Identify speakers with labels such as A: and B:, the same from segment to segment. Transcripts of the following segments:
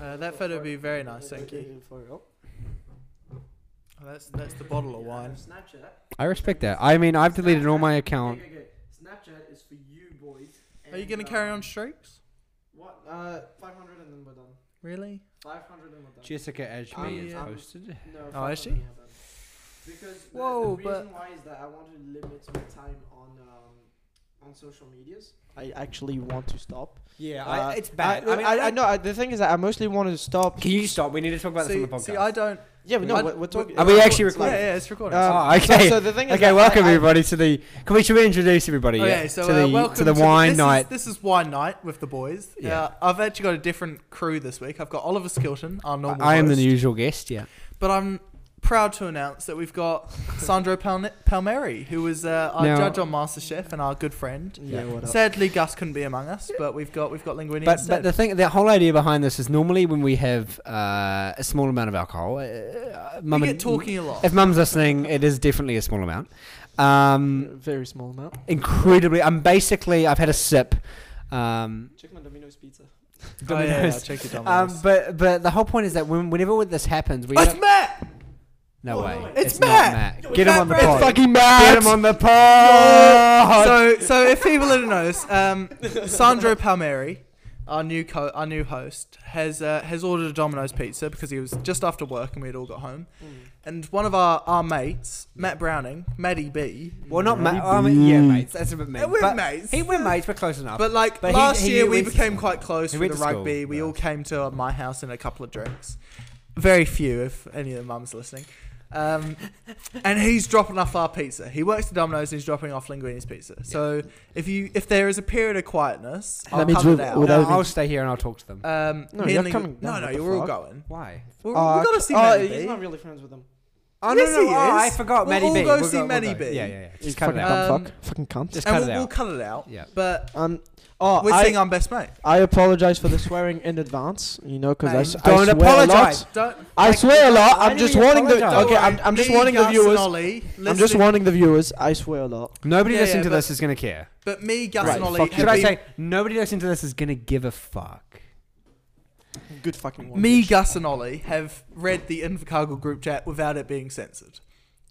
A: Uh, that photo would be very nice, thank you. Oh, that's that's the bottle of wine.
B: Snapchat.
C: I respect that. I mean, I've deleted all my
B: Go,
C: account.
B: go, go. Snapchat is for you boys.
A: Are you
B: and,
A: gonna
B: uh,
A: carry on streaks?
B: What? Uh, 500 and then we're done.
A: Really?
B: 500 and we're done.
C: Jessica Ashby
A: Um,
C: is
A: um,
C: posted.
B: No,
A: Oh,
B: fuck
A: is
B: them,
A: she?
B: yeah, them. Because the,
A: Whoa,
B: the reason
A: but-
B: why is that I want to limit my time on um, on social medias. I actually want to stop.
C: Yeah,
B: Uh, I, I, I, know. I, the thing is that I mostly want to stop.
C: Can you stop? We need to talk about
A: See,
C: this on the podcast.
A: see, I don't.
B: Yeah, but no,
A: I-
B: we're, we're talking.
C: Are we
B: we're
C: actually
B: talking-
A: Yeah,
C: recording?
A: yeah, it's recording.
B: Um,
C: Oh, okay.
B: So, so the thing is
C: okay,
B: that
C: welcome
B: I, I,
C: everybody to the. Can we should we introduce everybody?
A: Okay,
C: yeah,
A: so
C: to
A: uh,
C: the
A: welcome
C: to the
A: the-
C: wine
A: this
C: night.
A: Is, this is wine night with the boys.
C: Yeah.
A: Uh, I've actually got a different crew this week. I've got Oliver Skilton, our normal.
C: I I am the
A: host,
C: usual guest. Yeah,
A: But I'm proud to announce that we've got Sandro Palne- Palmieri, who was uh, our
C: Now-
A: judge on MasterChef and our good friend.
B: Yeah, what up?
A: Sadly, Gus couldn't be among us, but we've got we've got Linguini
C: but
A: instead.
C: but the thing, the whole idea behind this is normally when we have uh, a small amount of alcohol. Uh, uh, mum
A: we
C: and-
A: get talking a lot.
C: If mum's listening, it is definitely a small amount. Um,
B: Very small amount.
C: incredibly, I'm basically I've had a sip. Um,
B: Check my Domino's pizza.
A: Oh, yeah, yeah,
C: Dominoes.
A: check your
C: um,
A: dominoes.
C: but but the whole point is that when, whenever this happens, we
A: it's
C: don't-
A: Matt.
C: no way.
A: It's
C: not
A: Matt!
C: Get him
A: Matt
C: on the
A: Brady.
C: pod.
A: It's
C: fucking Matt. Get him on the pod.
A: so so if people didn't notice, um, Sandro Palmieri, our new co- our new host, has uh, has ordered a Domino's pizza because he was just after work and we had all got home. And one of our, our mates, Matt Browning, Maddie B.
C: well, not Matt. Oh, I mean, yeah, mates. That's a bit mean.
A: Yeah, Mm. we're
C: but
A: mates.
C: He, we're mates. We're close enough.
A: But like
C: But he-
A: last
C: he
A: year, we
C: went to
A: became
C: school.
A: quite close
C: He
A: for
C: went
A: the
C: to school,
A: rugby. We
C: yeah.
A: all came to my house in a couple of drinks. Very few, if any of the mums listening. Um, and he's dropping off our pizza. He works at Domino's and he's dropping off Linguini's pizza. So if you if there is a period of quietness, I'll
D: Let me
A: come
D: do-
A: down.
C: no,
D: without me.
C: I'll stay here and I'll talk to them.
A: Um,
B: No,
A: me
B: you're
A: and Lingu-
B: coming down,
A: No, no,
B: what the
A: you're all
B: fuck?
A: going.
C: Why?
A: We're,
D: Uh,
A: we gotta see
B: Oh,
A: Maddie
B: he's
A: B.
B: not really friends with them.
C: Oh
A: Yes,
C: no, no,
A: he
C: oh, I
A: is.
C: forgot.
A: We'll
C: Maddie
A: all
C: B.
A: go
C: We'll
A: see
C: we'll
A: Maddie
C: go.
A: B.
C: Yeah, yeah, yeah.
D: He's
C: Just cut it
D: fucking
C: out.
A: out.
D: dumb
A: Um,
D: fuck. Fucking cunt.
C: Just
A: and
C: cut
A: we'll,
C: it
A: we'll
C: out.
A: cut it out.
C: Yeah.
A: But
B: Um,
A: we're
B: oh,
A: seeing
B: I,
A: our best mate.
B: I apologize for the swearing in advance, you know, because I, s-
C: Mate,
B: I
C: don't
B: swear
C: apologize.
B: a lot.
A: Don't.
B: I
A: like,
B: swear a lot.
C: why
B: I'm
C: do
B: just
C: we
B: warning the.
C: apologize?
A: don't
B: Okay, I'm,
A: worry.
B: I'm just
A: Me,
B: warning the
A: Gus, and
B: viewers.
A: Ollie,
B: I'm just
A: listening-
B: warning the viewers. I swear a lot.
C: Nobody
A: Yeah,
C: listening
A: yeah,
C: to
A: but-
C: this is gonna care.
A: But me, Gus,
B: Right,
A: and Ollie.
B: fuck
A: have
C: Should I
A: been-
C: say nobody listening to this is gonna give a fuck?
B: Good fucking one.
A: Me, Gus, and Ollie have read the Infocargo group chat without it being censored.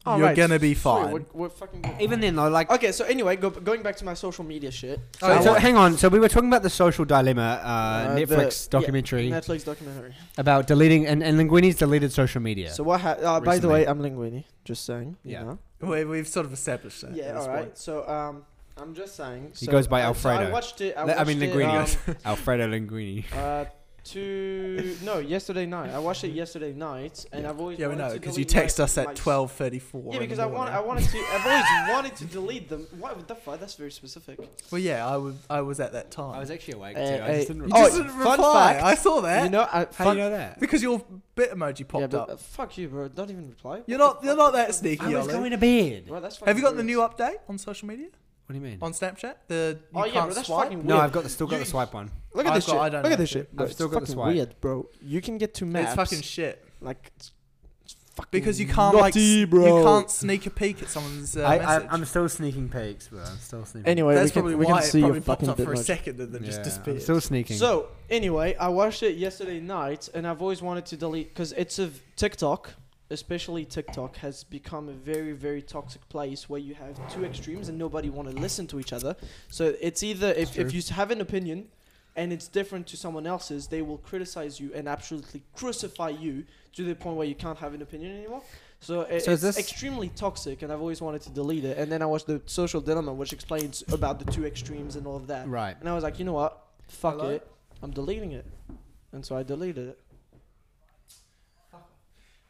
B: All
A: You're
B: Oh, right,
A: gonna be
B: sweet,
A: fine.
B: We're, we're fucking good.
C: Even then, though, like.
B: Okay, so anyway, go, going back to my social media shit.
A: Oh,
C: So,
A: yeah.
C: so hang on. So we were talking about the social dilemma, uh,
B: Uh, the-
C: Netflix
B: yeah,
C: documentary
B: Netflix documentary.
C: about deleting and, and Linguini's deleted social media.
B: So what? Ha- uh, by the
C: Recently.
B: way, I'm Linguini. Just saying. you
C: Yeah.
B: know.
A: We, we've sort of established that. at
B: Yeah.
A: this
B: All right.
A: point.
B: So um, I'm just saying.
C: He
B: so,
C: goes by
B: uh, so I
C: Alfredo.
B: watched it. I,
C: Le-
B: watched
C: I mean,
B: it,
C: Linguini
B: um,
C: Alfredo Linguini.
B: Uh, two no, yesterday night. I watched it yesterday night, and I've always
A: Yeah, we
B: wanted
A: know
B: to
A: because you
B: delete my-
A: text us
B: my-
A: at twelve thirty-four.
B: Yeah, because I want I wanted to. I've always wanted to delete them. What the fuck? That's very specific.
A: Well, yeah, I was I was at that time.
C: I was actually awake
B: Uh,
C: too. I
B: uh,
C: just didn't.
A: you
B: Oh,
A: just didn't
B: fun
A: reply.
B: fact.
A: I saw that
B: You know, I,
C: How
B: fuck,
C: do you know that?
A: because your bit emoji popped
B: yeah, but,
A: up.
B: uh, fuck you, bro. Don't even reply. What
A: You're
B: the
A: not- you're
B: fuck?
A: not that sneaky,
C: I was
A: Yolo.
C: going to bed. What
B: Bro, that's
A: have you got
B: fucking
A: the new
B: weird.
A: update on social media
C: do you mean?
A: on Snapchat? The you
B: Oh
A: can't
B: yeah, bro. That's
A: swipe.
B: fucking weird.
C: no, I've got the, still got
B: You-
C: the swipe one.
B: Look at
A: I've
B: this
A: got-
B: shit.
A: I don't
B: Look
A: know.
B: at this shit. Bro.
C: I've still
B: it's
C: got the
B: fucking
C: swipe.
B: weird, bro. You can get to maps.
A: it's fucking shit
B: like it's, it's fucking
A: because you can't like s-
B: naughty, bro.
A: you can't sneak a peek at someone's uh, message.
C: still sneaking peeks, but I'm still sneaking.
B: Anyway,
A: that's
B: we can,
A: probably
B: we
A: why
B: can
A: it
B: see
A: probably
B: your
A: popped
B: fucking
A: up for a
B: bitmoji.
A: second and then just disappeared.
C: I'm still sneaking.
B: So anyway, I watched it yesterday night, and I've always wanted to delete because it's a v- TikTok, especially TikTok, has become a very very toxic place where you have two extremes and nobody want to listen to each other. So it's either if, if you s- have an opinion, and it's different to someone else's, they will criticize you and absolutely crucify you to the point where you can't have an opinion anymore. So, i-
C: So
B: it's
C: is this-
B: extremely toxic, and I've always wanted to delete it. And then I watched the Social Dilemma, which explains about the two extremes and all of that.
C: right.
B: And I was like, you know what? Fuck
A: Hello?
B: it. I'm deleting it. And so I deleted it.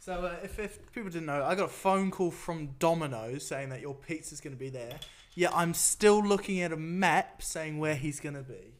A: So uh, if, if people didn't know, I got a phone call from Domino's saying that your pizza's going to be there. Yeah, I'm still looking at a map saying where he's going to be.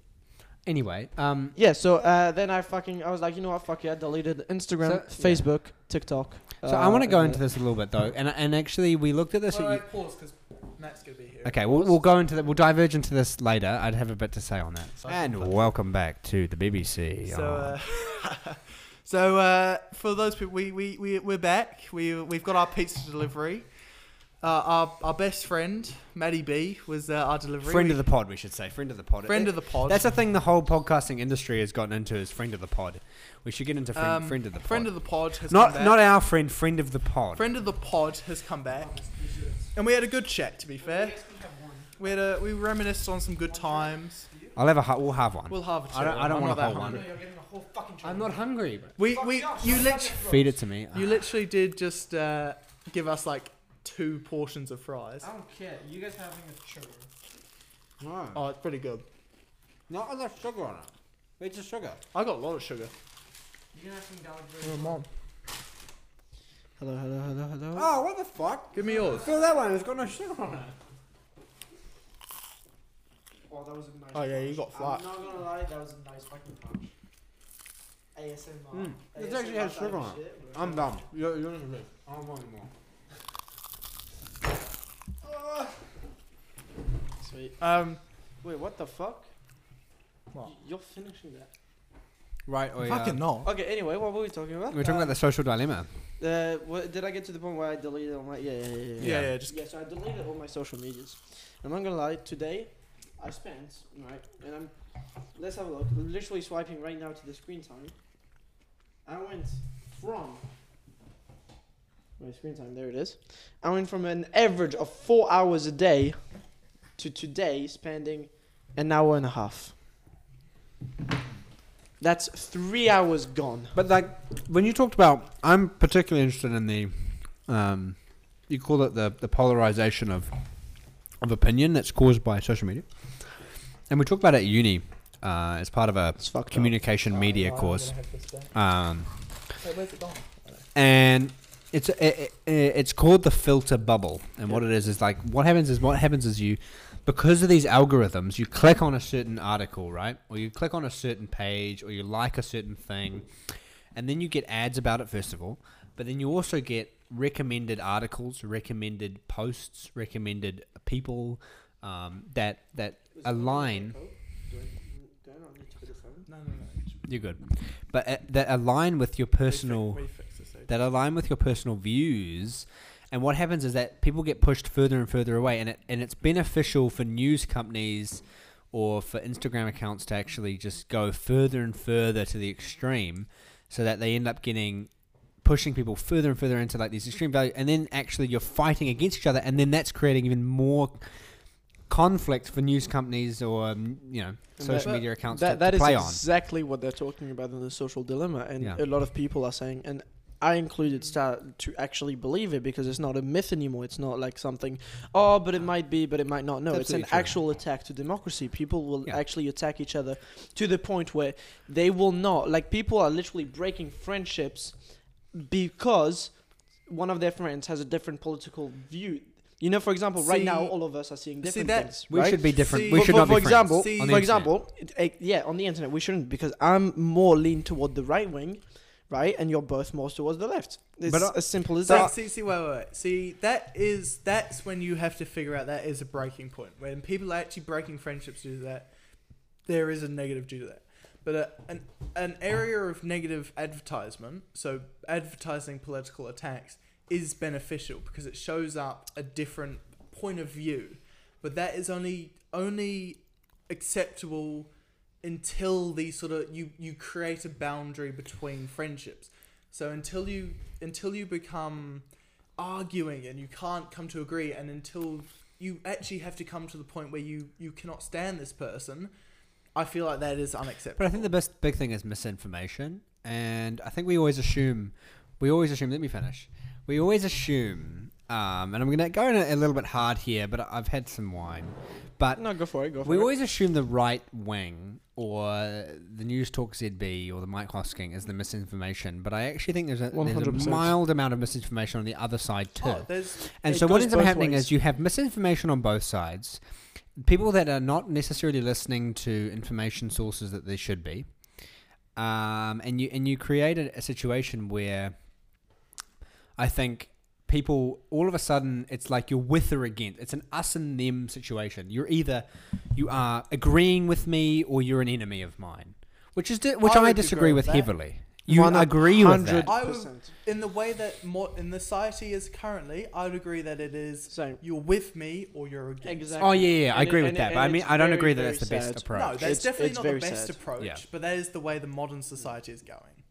C: Anyway, um,
B: Yeah, so uh, then I fucking, I was like, you know what? Fuck it. I deleted Instagram,
C: So- yeah.
B: Facebook, TikTok. uh,
C: so I want to go into this a little bit though, and and actually we looked at this. at you-
A: uh, pause because Matt's going to be here.
C: Okay, we'll, we'll go into that. We'll diverge into this later. I'd have a bit to say on that.
A: So I can
C: And
A: put-
C: welcome back to the BBC.
A: So,
C: on-
A: uh, so uh, for those people, we, we, we, we're back. We, we've got our pizza delivery. uh, our our best friend Maddie B was uh, our delivery
C: Friend of the pod, we should say. Friend of the pod.
A: friend of the pod.
C: That's a thing the whole podcasting industry has gotten into is friend of the pod. We should get into friend,
A: Um,
C: friend of the pod.
A: friend of the pod has come
C: not
A: back.
C: not our friend, friend of the pod.
A: friend of the pod has come back, and we had a good chat. To be fair, we had a we reminisced on some good times.
C: I'll have a ha- we'll have one.
A: We'll have. A
C: I don't-
A: chat.
C: I
A: I'm
C: don't want
A: not
C: a
A: that
C: whole one.
A: hungry.
C: I'm not hungry. Bro.
A: We we
B: Oh,
A: you lit-
C: Feed it to me. Ah.
A: you literally did just uh, give us like two portions of fries.
B: don't care. You guys having a sugar.
A: Oh, it's pretty good.
C: Not enough sugar on it. It's just sugar.
A: I got a lot of sugar.
B: You can have some garlic
A: Oh, Mom,
B: Hello, hello, hello, hello.
C: Oh, what the fuck?
A: give me yours.
C: Feel that one. It's got no sugar on it.
B: Oh, that was a nice
A: Oh yeah, you got flat.
B: I'm not gonna lie, that was a nice fucking punch. ASMR.
C: Mm. It's
B: ASMR
C: actually had
B: type
C: sugar
B: of
C: on it.
B: shit, bro.
C: I'm dumb. You're, you're not good. I don't want anymore.
B: Sweet.
A: Um,
B: Wait, what the fuck?
A: What?
B: Y- You're finishing that.
C: Right. Oh, yeah.
A: fucking not.
B: Okay, anyway, what were we talking about?
C: We're talking about the social dilemma.
B: Uh, what, did I get to the point where I deleted all my. Yeah, yeah, yeah. yeah.
A: Yeah,
C: Yeah.
A: yeah, just
B: Yeah, so I deleted all my social medias. I'm not gonna lie, today I spent, right, and I'm let's have a look. I'm literally swiping right now to the screen time. I went from my screen time, there it is. I went from an average of four hours a day to today spending an hour and a half. That's three hours gone.
C: But like when you talked about, I'm particularly interested in the, um, you call it the the polarization of, of opinion that's caused by social media, and we talked about it at uni, uh, as part of a
B: It's fucked up.
C: communication media course, um,
A: where's it gone?
C: and. It's it, it, it's called the filter bubble, and what it is is like what happens is what happens is you, because of these algorithms, you click on a certain article, right, or you click on a certain page, or you like a certain thing, and then you get ads about it first of all but then you also get recommended articles recommended posts recommended people um, that that align
A: No, no, no.
C: you're good but uh, that align with your personal
A: We fix this later.
C: that align with your personal views and what happens is that people get pushed further and further away and it, and it's beneficial for news companies or for Instagram accounts to actually just go further and further to the extreme so that they end up getting pushing people further and further into like these extreme value and then actually you're fighting against each other and then that's creating even more conflict for news companies or um, you know
B: that-
C: social media accounts
B: that,
C: to,
B: that
C: to
B: is
C: play on
B: exactly what they're talking about in the social dilemma and
C: Yeah.
B: a lot of people are saying and i included start to actually believe it because it's not a myth anymore it's not like something oh but it might be but it might not no
C: It's
B: it's an
C: absolutely true.
B: actual attack to democracy people will
C: Yeah.
B: actually attack each other to the point where they will not like people are literally breaking friendships because one of their friends has a different political view you know for example right now
A: See-
B: all of us are seeing
A: see,
B: different
A: that-
B: things
C: we
B: right?
C: should be different
A: See-
C: we
A: But
C: should
B: for,
C: not
B: for
C: be friends.
B: example,
A: See-
C: on the
B: for
C: internet.
B: example, it- eh, yeah, on the internet we shouldn't because I'm more lean toward the right wing, right, and you're both more towards the left. It's
C: But, uh,
B: as simple as
A: See,
B: that.
A: see, see, wait, wait, wait. See, that is that's when you have to figure out that is a breaking point when people are actually breaking friendships due to that. There is a negative due to that, but uh, an an area of negative advertisement, so advertising political attacks, is beneficial because it shows up a different point of view, but that is only only acceptable until the sort of you you create a boundary between friendships. So until you until you become arguing and you can't come to agree and until you actually have to come to the point where you you cannot stand this person, I feel like that is
C: But
A: unacceptable.
C: I think the best big thing is misinformation, and I think we always assume, we always assume. Let me finish. We always assume, um, and I'm going to go in a, a little bit hard here, but I've had some wine. But
B: No, go for it. Go for
C: uh, we
B: it.
C: always assume the right wing or the News Talk ZB or the Mike Hosking is the misinformation, but I actually think there's a, there's a
B: 100%.
C: mild amount of misinformation on the other side too.
A: Oh, there's
C: And
B: It
C: so what
B: goes
C: ends up
B: both
C: happening
B: ways.
C: is you have misinformation on both sides. People that are not necessarily listening to information sources that they should be, um, and you and you create a, a situation where I think people all of a sudden it's like you're with or against. It's an us and them situation. You're either you are agreeing with me or you're an enemy of mine, which is di- which
A: I
C: I,
A: would agree
C: disagree
A: with
C: with
A: that.
C: heavily. You
B: One
C: agree with
B: hundred
C: that?
A: I would-
B: percent.
A: In the way that more in the society is currently, I would agree that it is
B: Same.
A: you're with me or you're against.
B: Exactly.
C: Oh yeah, yeah, yeah,
B: And
C: I
B: it-
C: agree with
B: and it-
C: that.
B: and
C: But I mean,
B: it's
C: I don't
B: very,
C: agree that
B: very
C: that's the best
B: sad.
A: No,
C: approach.
A: that's
B: It's-
A: definitely
B: it's
A: not the
B: very
A: best
B: sad.
A: approach,
C: Yeah.
A: but that is the way the modern society is going.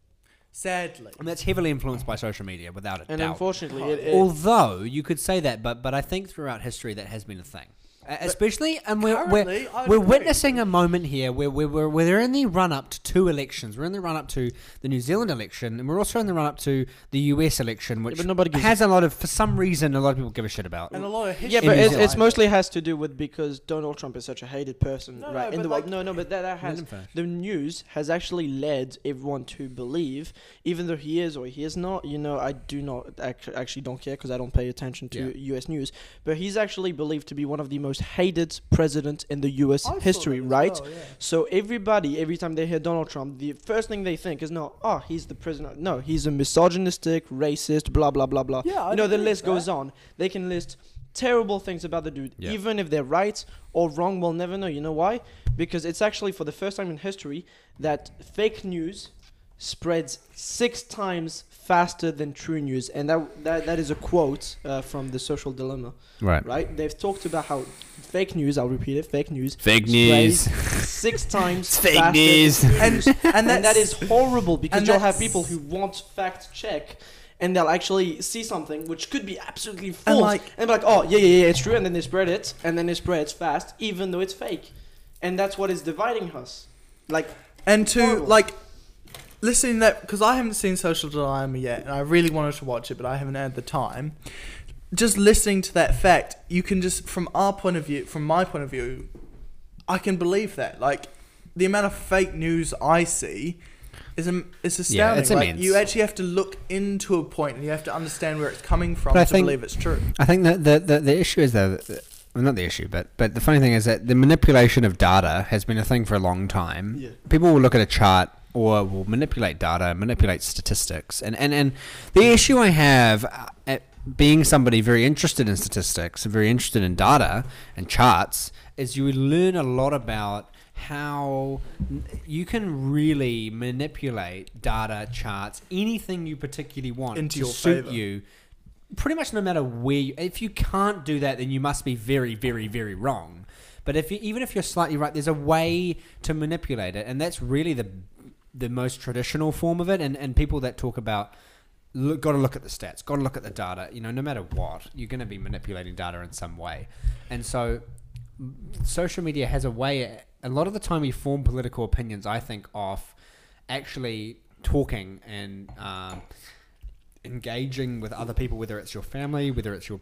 A: Sadly.
C: And that's heavily influenced by social media, without a
B: And
C: doubt.
B: unfortunately, it, it,
C: Although you could say that, but but I think throughout history that has been a thing, Uh, especially and we're we're,
A: currently, I would
C: we're
A: agree.
C: witnessing a moment here where we're, we're we're in the run up to two elections. We're in the run up to the New Zealand election, and we're also in the run up to the U.S. election, which
B: but nobody gives a-
C: has a lot of for some reason a lot of people give a shit about.
A: And a lot of history.
B: yeah, but
C: New
B: it's, it's
A: behind
B: mostly has to do with because Donald Trump is such a hated person,
A: No,
B: right?
A: no,
B: in
A: but
B: the world,
A: like-
B: no, no, but that, that has
C: Random fact.
B: the news has actually led everyone to believe, even though he is or he is not. You know, I do not act- actually don't care because I don't pay attention to U.S. news, but he's actually believed to be one of the most hated presidents in the U.S.
A: I thought
B: history,
A: that as
B: right?
A: well, yeah.
B: So everybody, every time they hear Donald Trump, the first thing they think is not, oh, he's the president. No, he's a misogynistic, racist, blah blah blah blah.
A: Yeah, I'd
B: you know, the
A: agree
B: list
A: with
B: goes
A: that.
B: on. They can list terrible things about the dude,
C: Yeah.
B: even if they're right or wrong. We'll never know. You know why? Because it's actually for the first time in history that fake news spreads six times faster than true news, and that that, that is a quote uh, from the Social Dilemma.
C: Right.
B: Right? They've talked about how fake news. I'll repeat it. Fake news
C: Fake
B: spreads six times
C: fake
B: faster than
C: news.
B: news.
A: And, and,
B: And,
A: that's,
B: that is horrible because
A: and
B: you'll have
A: that's-
B: people who won't fact check and they'll actually see something which could be absolutely false
A: And
B: and,
A: like-
B: be like, oh, yeah, yeah, yeah, it's true. And then they spread it and then it spreads fast even though it's fake. And that's what is dividing us. Like,
A: and to
B: horrible.
A: like listening to that because I haven't seen Social Dilemma yet, and I really wanted to watch it, but I haven't had the time. Just listening to that fact, you can just from our point of view, from my point of view, I can believe that. Like the amount of fake news I see. Is, am- is astounding.
C: Yeah, it's
A: like,
C: immense.
A: you actually have to look into a point and you have to understand where it's coming from
C: But I
A: to
C: think-
A: believe it's true.
C: I think that the, the, the issue is though, that- that- well, not the issue, but but the funny thing is that the manipulation of data has been a thing for a long time.
B: Yeah.
C: People will look at a chart or will manipulate data, manipulate statistics, and and and the issue I have uh, at being somebody very interested in statistics, very interested in data and charts, is you learn a lot about how n- you can really manipulate data charts anything you particularly want
A: Into
C: to
A: your
C: suit
A: favour.
C: you pretty much no matter where you, if you can't do that then you must be very very very wrong but if you, even if you're slightly right there's a way to manipulate it and that's really the the most traditional form of it and and people that talk about look, got to look at the stats got to look at the data you know no matter what you're going to be manipulating data in some way and so social media has a way a lot of the time we form political opinions i think off actually talking and um, engaging with other people whether it's your family whether it's your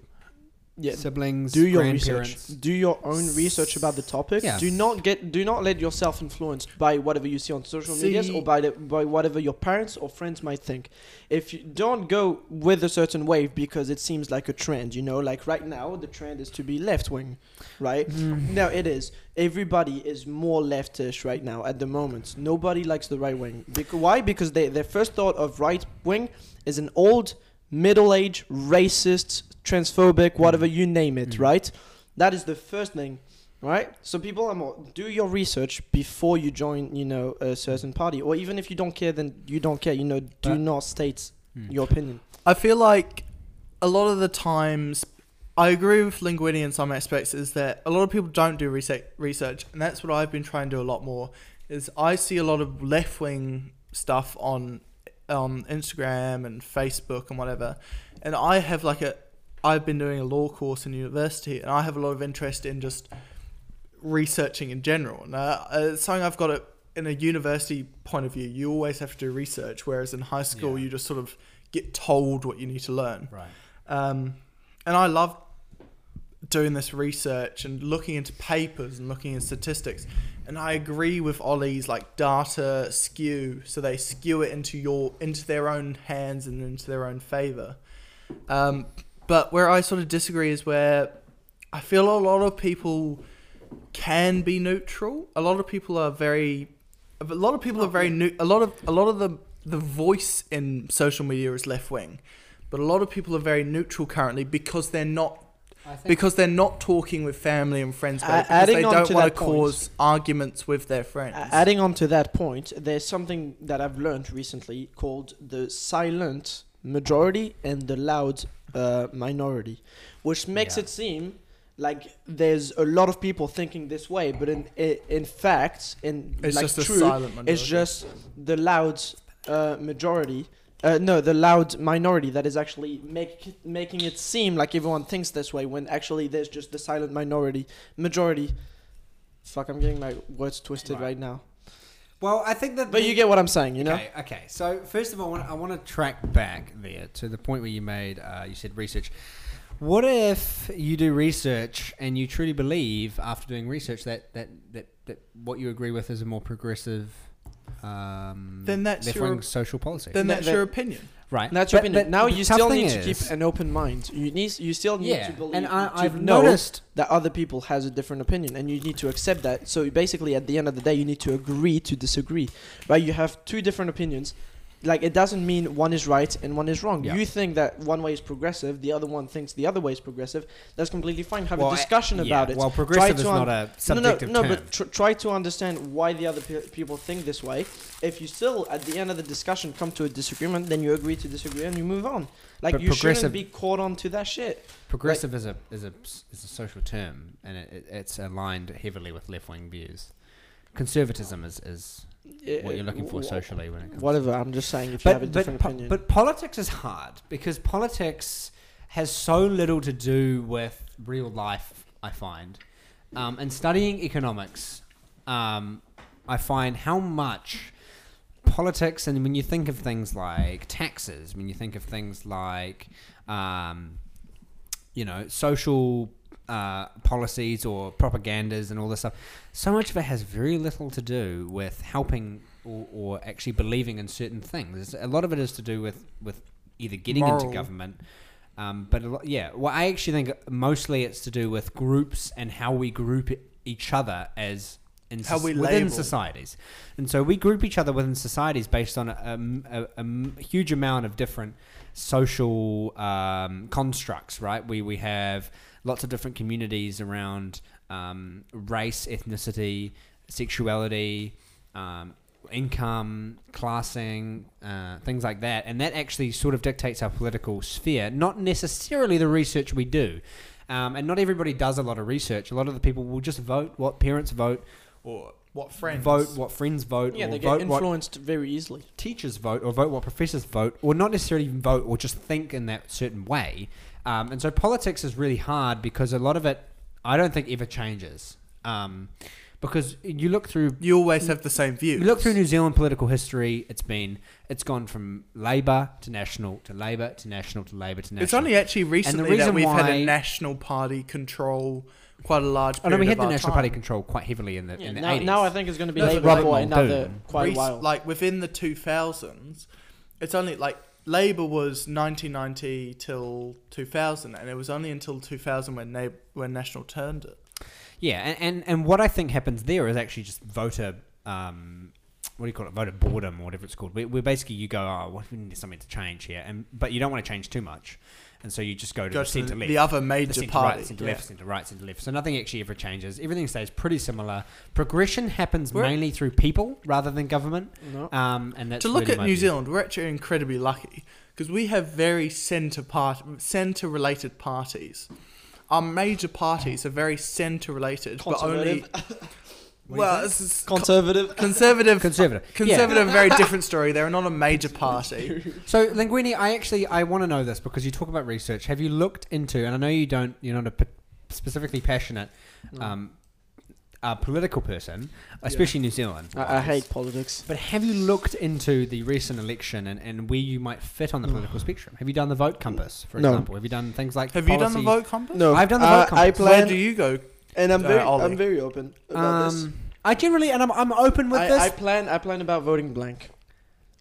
B: yeah,
C: siblings
B: do your research.
C: grandparents
B: Do your own research about the topic.
C: Yeah.
B: Do not get. Do not let yourself influenced by whatever you see on social
A: See-
B: media or by the, by whatever your parents or friends might think. If you don't go with a certain wave because it seems like a trend, you know, like right now the trend is to be left wing, right?
C: Hmm.
B: No, it is. Everybody is more leftish right now at the moment. Nobody likes the right wing. Bec- why? Because they their first thought of right wing is an old, middle aged, racist, transphobic, whatever you name
A: Mm.
B: it, right? That is the first thing, right? So people are more do your research before you join, you know, a
A: Mm.
B: certain party, or even if you don't care, then you don't care. You know, do
C: But-
B: not state
A: Mm.
C: Hmm.
B: your opinion.
A: I feel like a lot of the times, I agree with Linguini in some aspects, is that a lot of people don't do rese- research, and that's what I've been trying to do a lot more. Is I see a lot of left wing stuff on um, Instagram and Facebook and whatever, and I have like a I've been doing a law course in university, and I have a lot of interest in just researching in general. And uh, uh, it's something I've got it in a university point of view. You always have to do research, whereas in high school
C: Yeah.
A: you just sort of get told what you need to learn.
C: right
A: Um, and I love doing this research and looking into papers and looking at statistics. And I agree with Ollie's like data skew, so they skew it into your into their own hands and into their own favor. Um, but where I sort of disagree is where I feel a lot of people can be neutral. A lot of people are very, a lot of people are very new. A lot of a lot of the the voice in social media is left wing, but a lot of people are very neutral currently because they're not because they're not talking with family and friends.
B: A-
A: Mate, because
B: adding
A: they
B: on
A: don't
B: to
A: want
B: that
A: to
B: point-
A: cause arguments with their friends.
B: A- Adding on to that point, there's something that I've learned recently called the silent majority and the loud uh, minority, which makes
C: Yeah.
B: it seem like there's a lot of people thinking this way, but in i- in fact, in
A: it's
B: like
A: just a
B: truth,
A: silent minority.
B: it's just the loud uh, majority. Uh, no, the loud minority that is actually make, making it seem like everyone thinks this way when actually there's just the silent minority majority. Fuck, I'm getting my words twisted
C: Right.
B: right, now.
C: Well, I think that.
B: But you get what I'm saying, you know?
C: Okay, okay. So first of all, I want to track back there to the point where you made. Uh, you said research. What if you do research and you truly believe, after doing research, that that that, that what you agree with is a more progressive, um,
A: Then that's
C: left-wing
A: your-
C: social policy,
A: then
B: No,
A: that's
B: that-
A: your opinion.
C: right?
B: That's your
C: But-
B: opinion.
C: but
B: now
C: the
B: you
C: tough
B: still
C: thing
B: need to
C: is-
B: keep an open mind. You need you still need
C: yeah,
B: to believe
C: and I,
B: to
C: I've
B: know
C: noticed
B: that other people has a different opinion and you need to accept that so basically at the end of the day you need to agree to disagree right you have two different opinions like it doesn't mean one is right and one is wrong
C: Yeah.
B: you think that one way is progressive the other one thinks the other way is progressive that's completely fine have
C: Well,
B: a
C: I-
B: discussion
C: yeah,
B: about it
C: Well, progressive
B: to
C: is
B: un-
C: not
B: no,
C: a
B: no,
C: subjective
B: no.
C: term.
B: But tr- try to understand why the other pe- people think this way. If you still, at the end of the discussion, come to a disagreement, then you agree to disagree and you move on. Like
C: But
B: you
C: progressive-
B: shouldn't be caught on to that shit.
C: Progressive is a is a is a social term, and it, it, it's aligned heavily with left wing views. Conservatism is, is what you're looking for
B: Uh,
C: socially when it comes.
B: Whatever. I'm just saying if you have a
C: But
B: different
C: but, po-
B: opinion.
C: but politics is hard because politics has so little to do with real life. I find, um, and studying economics, um, I find how much politics and when you think of things like taxes, when you think of things like um, you know social uh, policies or propagandas and all this stuff, so much of it has very little to do with helping or, or actually believing in certain things. It's- a lot of it is to do with with either getting
A: Moral.
C: into government. Um, but a lot, yeah, well, I actually think mostly it's to do with groups and how we group i- each other as in
A: How
C: soc-
A: we
C: within
A: label.
C: societies. And so we group each other within societies based on a, um, a, a m- huge amount of different social um, constructs, right? We, we have lots of different communities around um, race, ethnicity, sexuality, um, income, classing, uh, things like that. And that actually sort of dictates our political sphere, not necessarily the research we do. Um, and not everybody does a lot of research. A lot of the people will just vote what parents vote or
A: What friends?
C: vote what friends vote
B: yeah,
C: or
B: they get
C: vote what
B: influenced very easily.
C: teachers vote or vote what professors vote or not necessarily even vote or just think in that certain way um, and so politics is really hard because a lot of it i don't think ever changes um, because you look through
A: You always have the same view.
C: you look through New Zealand political history. It's been it's gone from Labour to National to Labour to National to Labour to National.
A: It's only actually recently that
C: reason
A: we've had a
C: why-
A: national party control quite a large.
C: oh
A: Period
C: no, we
A: of
C: had the
A: our
C: National
A: time.
C: Party control quite heavily in the
B: Yeah,
C: in the
B: now,
C: 80s.
B: now I think it's going to be
A: No, but
B: Labour
A: Robert
B: for
C: Muldoon.
B: another quite a
A: Rec-
B: while.
A: Like within the 2000s, it's only like Labour was 1990 till 2000, and it was only until 2000 when Na- when National turned it.
C: Yeah, and, and and what I think happens there is actually just voter. Um, what do you call it? Voter boredom, or whatever it's called. Where, where basically you go, oh, what if we need something to change here, and but you don't want to change too much, and so you just go to
A: Go
C: the
A: to
C: centre
A: the,
C: left,
A: the other
C: the
A: major
C: centre
A: party.
C: right, centre
A: yeah.
C: left, centre right, centre left. So nothing actually ever changes. Everything stays pretty similar. Progression happens
A: We're-
C: mainly through people rather than government,
B: no.
C: um, and that's
A: to look
C: really
A: at
C: my
A: New
C: view.
A: Zealand, we're actually incredibly lucky because we have very centre part centre related parties. Our major parties are very centre related, but only
B: Conservative.
C: What do you
A: well,
C: say?
A: this is con-
B: Conservative.
A: conservative.
C: Conservative. Yeah.
A: Conservative, very different story. They're not a major party.
C: So Linguini, I actually I want to know this because you talk about research. Have you looked into? And I know you don't. You're not a p- specifically passionate
A: Mm.
B: No.
C: um, a political person, especially New Zealand.
B: I, I hate politics.
C: But have you looked into the recent election and, and where you might fit
A: Mm.
C: on the political spectrum? Have you done the vote compass, for
B: No.
C: example? Have you done things like
A: Have you done the
C: policy-
A: vote compass?
B: No,
C: I've done the
B: uh,
C: vote
B: I
C: compass.
A: Where do
B: plan,
A: you go?
B: and I'm
A: uh,
B: very,
A: Ollie?
B: I'm very open about this.
C: Um, I generally and I'm, I'm open with
B: I,
C: this.
B: I plan. I plan about voting blank.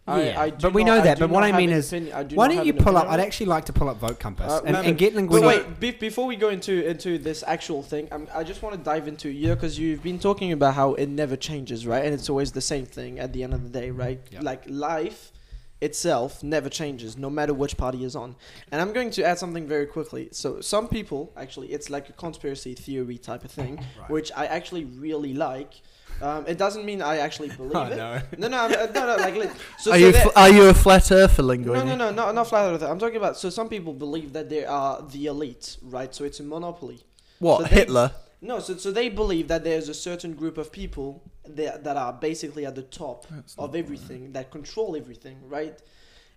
C: Yeah,
B: I, I do
C: but we
B: not-
C: know that,
B: do
C: but what
B: not
C: I
B: have
C: mean
B: an
C: is,
B: opinion- I do
C: Why
B: not
C: don't
B: have
C: you
B: an
C: pull up?
B: opinion
C: I'd
B: on it.
C: actually like to pull up vote compass
B: Uh,
C: and,
B: no,
C: and
A: but-
C: get Linguini.
B: But wait, be- before we go into into this actual thing, I'm, I just want to dive into you because you've been talking about how it never changes, right? And it's always the same thing at the end of the day, right?
C: Yeah.
B: Like life itself never changes, no matter which party is on. And I'm going to add something very quickly. So some people actually, it's like a conspiracy theory type of thing,
C: Right.
B: which I actually really like. Um, it doesn't mean I actually believe
C: Oh,
B: it.
C: no.
B: No, no, I'm- uh, no, no. Like, li- so,
A: are
B: so
A: you
B: that-
A: fl- are you a flat earther, Linguini?
B: no, no, no, no, not flat earther. I'm talking about. So some people believe that they are the elite, right? So it's a monopoly.
A: What
B: So they-
A: Hitler?
B: No, so so they believe that there's a certain group of people that that are basically at the top of everything, that control everything, right?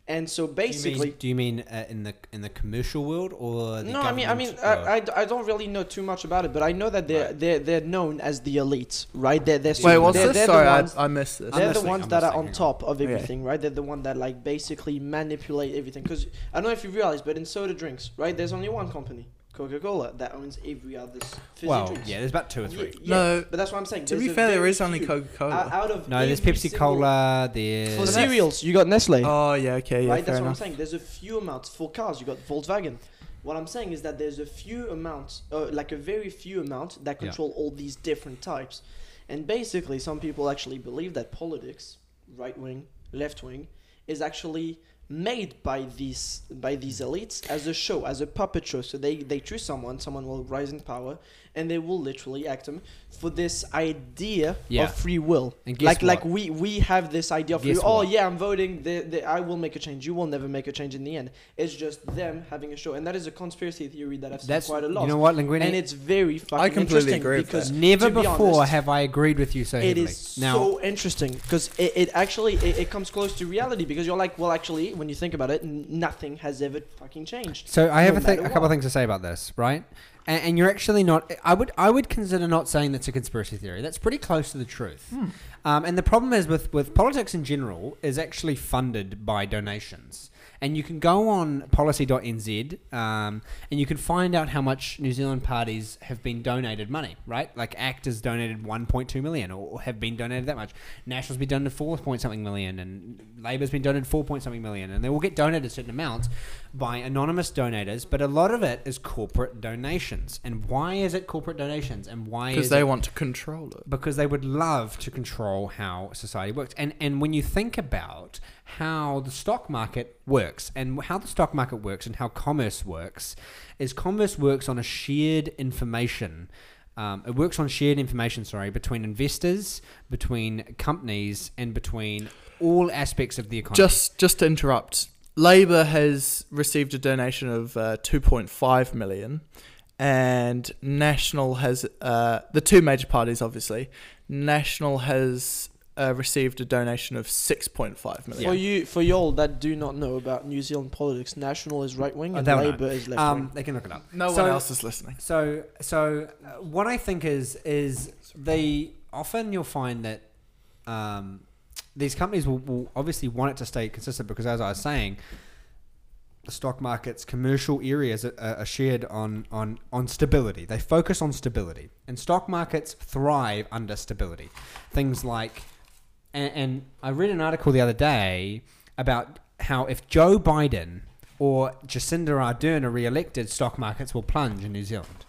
B: And so basically,
C: do you mean, uh, in the in the commercial world or the
B: no, I mean, I mean, uh,
C: government world?
B: I, I, d- I don't really know too much about it, but I know that they're
C: Right.
B: they're they're known as the elite, right? They're they're
A: Wait, what's
B: they're,
A: this?
B: they're the
A: Sorry,
B: ones-
A: I, I missed this.
C: I'm
B: they're the
C: listening,
B: ones
C: I'm
B: that are
C: listening,
B: on top of
A: Yeah.
B: everything, right? They're the one that like basically manipulate everything. Because I don't know if you realize, but in soda drinks, right? There's only one company, Coca-Cola, that owns every other s- fizzy
C: well,
B: drinks.
C: yeah, there's about two or three.
B: Ye- yeah,
A: No,
B: but that's what I'm saying.
A: to be
B: There's a
A: fair, there
B: very
A: is only
B: few.
A: Coca
B: Uh,
A: Cola.
B: out of
C: No, there's
B: every
C: Pepsi
B: single-
C: Cola.
B: For
C: There's
B: cereals, you got Nestle.
A: Oh yeah, okay, yeah,
B: right, that's
A: fair
B: what I'm
A: enough.
B: saying. There's a few amounts for cars. You got Volkswagen. What I'm saying is that there's a few amounts, uh, like a very few amount, that
C: Yeah.
B: control all these different types. And basically, some people actually believe that politics, right wing, left wing, is actually made by these by these elites as a show, as a puppet show. So they they choose someone, someone will rise in power, and they will literally act them for this idea
C: Yeah.
B: of free will.
C: And guess
B: like
C: what?
B: like we we have this idea of free,
C: Guess
B: oh
C: what?
B: yeah, I'm voting. The, the, I will make a change. You will never make a change in the end. It's just them having a show, and that is a conspiracy theory that I've seen
C: That's
B: quite a lot.
C: You know what, Linguini?
B: and it's very fucking
A: completely
B: interesting
A: agree with
B: because
A: that.
C: Never
B: to be
C: before
B: honest,
C: have I agreed with you so
B: it
C: heavily.
B: is
C: now,
B: so interesting because it, it actually it, it comes close to reality because you're like, well, actually, when you think about it, n- nothing has ever fucking changed.
C: so I have
B: no
C: a, th-
B: matter
C: a couple
B: what.
C: of things to say about this, right? And, and you're actually not. I would I would consider not saying that's a conspiracy theory. That's pretty close to the truth.
B: Hmm.
C: Um, and the problem is with with politics in general is actually funded by donations. And you can go on policy.nz um, and you can find out how much New Zealand parties have been donated money, right? Like ACT has donated 1.2 million or or have been donated that much. National's been donated 4 point something million and Labour's been donated 4 point something million. And they all get donated certain amounts by anonymous donators, but a lot of it is corporate donations. And why is it corporate donations? And why
A: Because
C: is
A: they
C: it
A: want to control it.
C: because they would love to control how society works. And and when you think about how the stock market works and how the stock market works and how commerce works, is commerce works on a shared information. Um, it works on shared information, sorry, between investors, between companies, and between all aspects of the economy.
A: Just just to interrupt, Labour has received a donation of uh, 2.5 million, and National has uh, the two major parties, obviously. National has uh, received a donation of 6.5 million.
B: For you, for y'all that do not know about New Zealand politics, National is right wing
C: Oh,
B: and
C: they'll know.
B: Labour is left wing.
C: um, they can look it up.
A: No
C: So-
A: one else is listening.
C: So, so uh, what I think is is they often you'll find that um, these companies will, will obviously want it to stay consistent because, as I was saying, the stock market's commercial areas are, are shared on, on on stability. They focus on stability, and stock markets thrive under stability. Things like, and, and I read an article the other day about how if Joe Biden or Jacinda Ardern are re-elected, stock markets will plunge in New Zealand.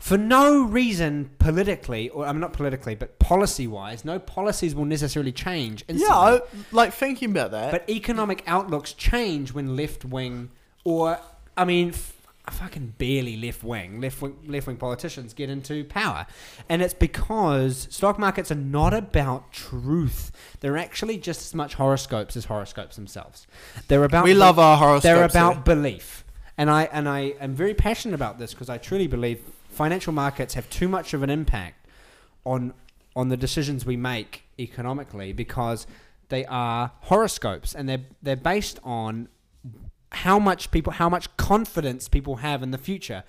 C: For no reason politically, or I'm not politically, but policy-wise, no policies will necessarily change.
A: Yeah,
C: instantly.
A: I, like thinking about that.
C: But economic outlooks change when left wing, or I mean, f- fucking barely left wing, left wing, left wing politicians get into power, and it's because stock markets are not about truth. They're actually just as much horoscopes as horoscopes themselves. They're about
A: we love our horoscopes.
C: they're
A: here.
C: about belief, and I and I am very passionate about this because I truly believe financial markets have too much of an impact on on the decisions we make economically because they are horoscopes and they're they're based on how much people how much confidence people have in the future.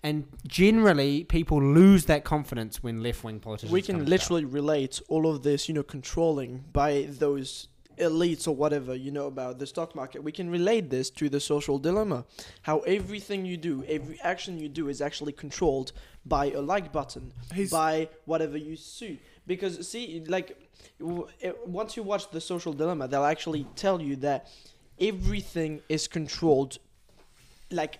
C: And generally, people lose that confidence when left-wing politicians.
B: we
C: come
B: can
C: to power.
B: literally relate all of this, you know, controlling by those elites or whatever you know about the stock market. We can relate this to the social dilemma. How everything you do, every action you do is actually controlled by a like button,
A: He's-
B: by whatever you sue. Because see, like w- it, once you watch the social dilemma, they'll actually tell you that everything is controlled like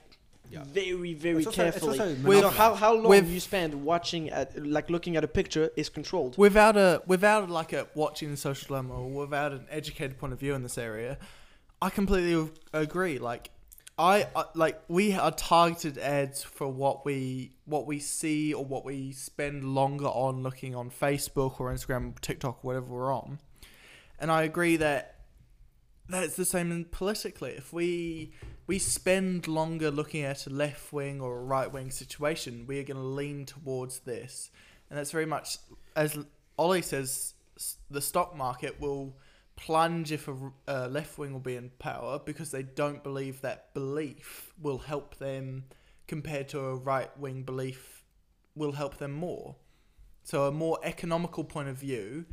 C: Yeah.
B: very very
C: It's also- it's
B: carefully
C: also
A: With-
B: so how, how long
A: with-
B: you spend watching at like looking at a picture is controlled
A: without a without like a watching the social dilemma or without an educated point of view in this area I completely agree. Like, I uh, like we are targeted ads for what we what we see or what we spend longer on looking on Facebook or Instagram, TikTok, whatever we're on. And I agree that that's the same in politically. If we we spend longer looking at a left wing or a right wing situation, we are going to lean towards this, and that's very much as Ollie says. s- The stock market will plunge if a, uh left wing will be in power because they don't believe that belief will help them compared to a right wing belief will help them more. So a more economical point of view,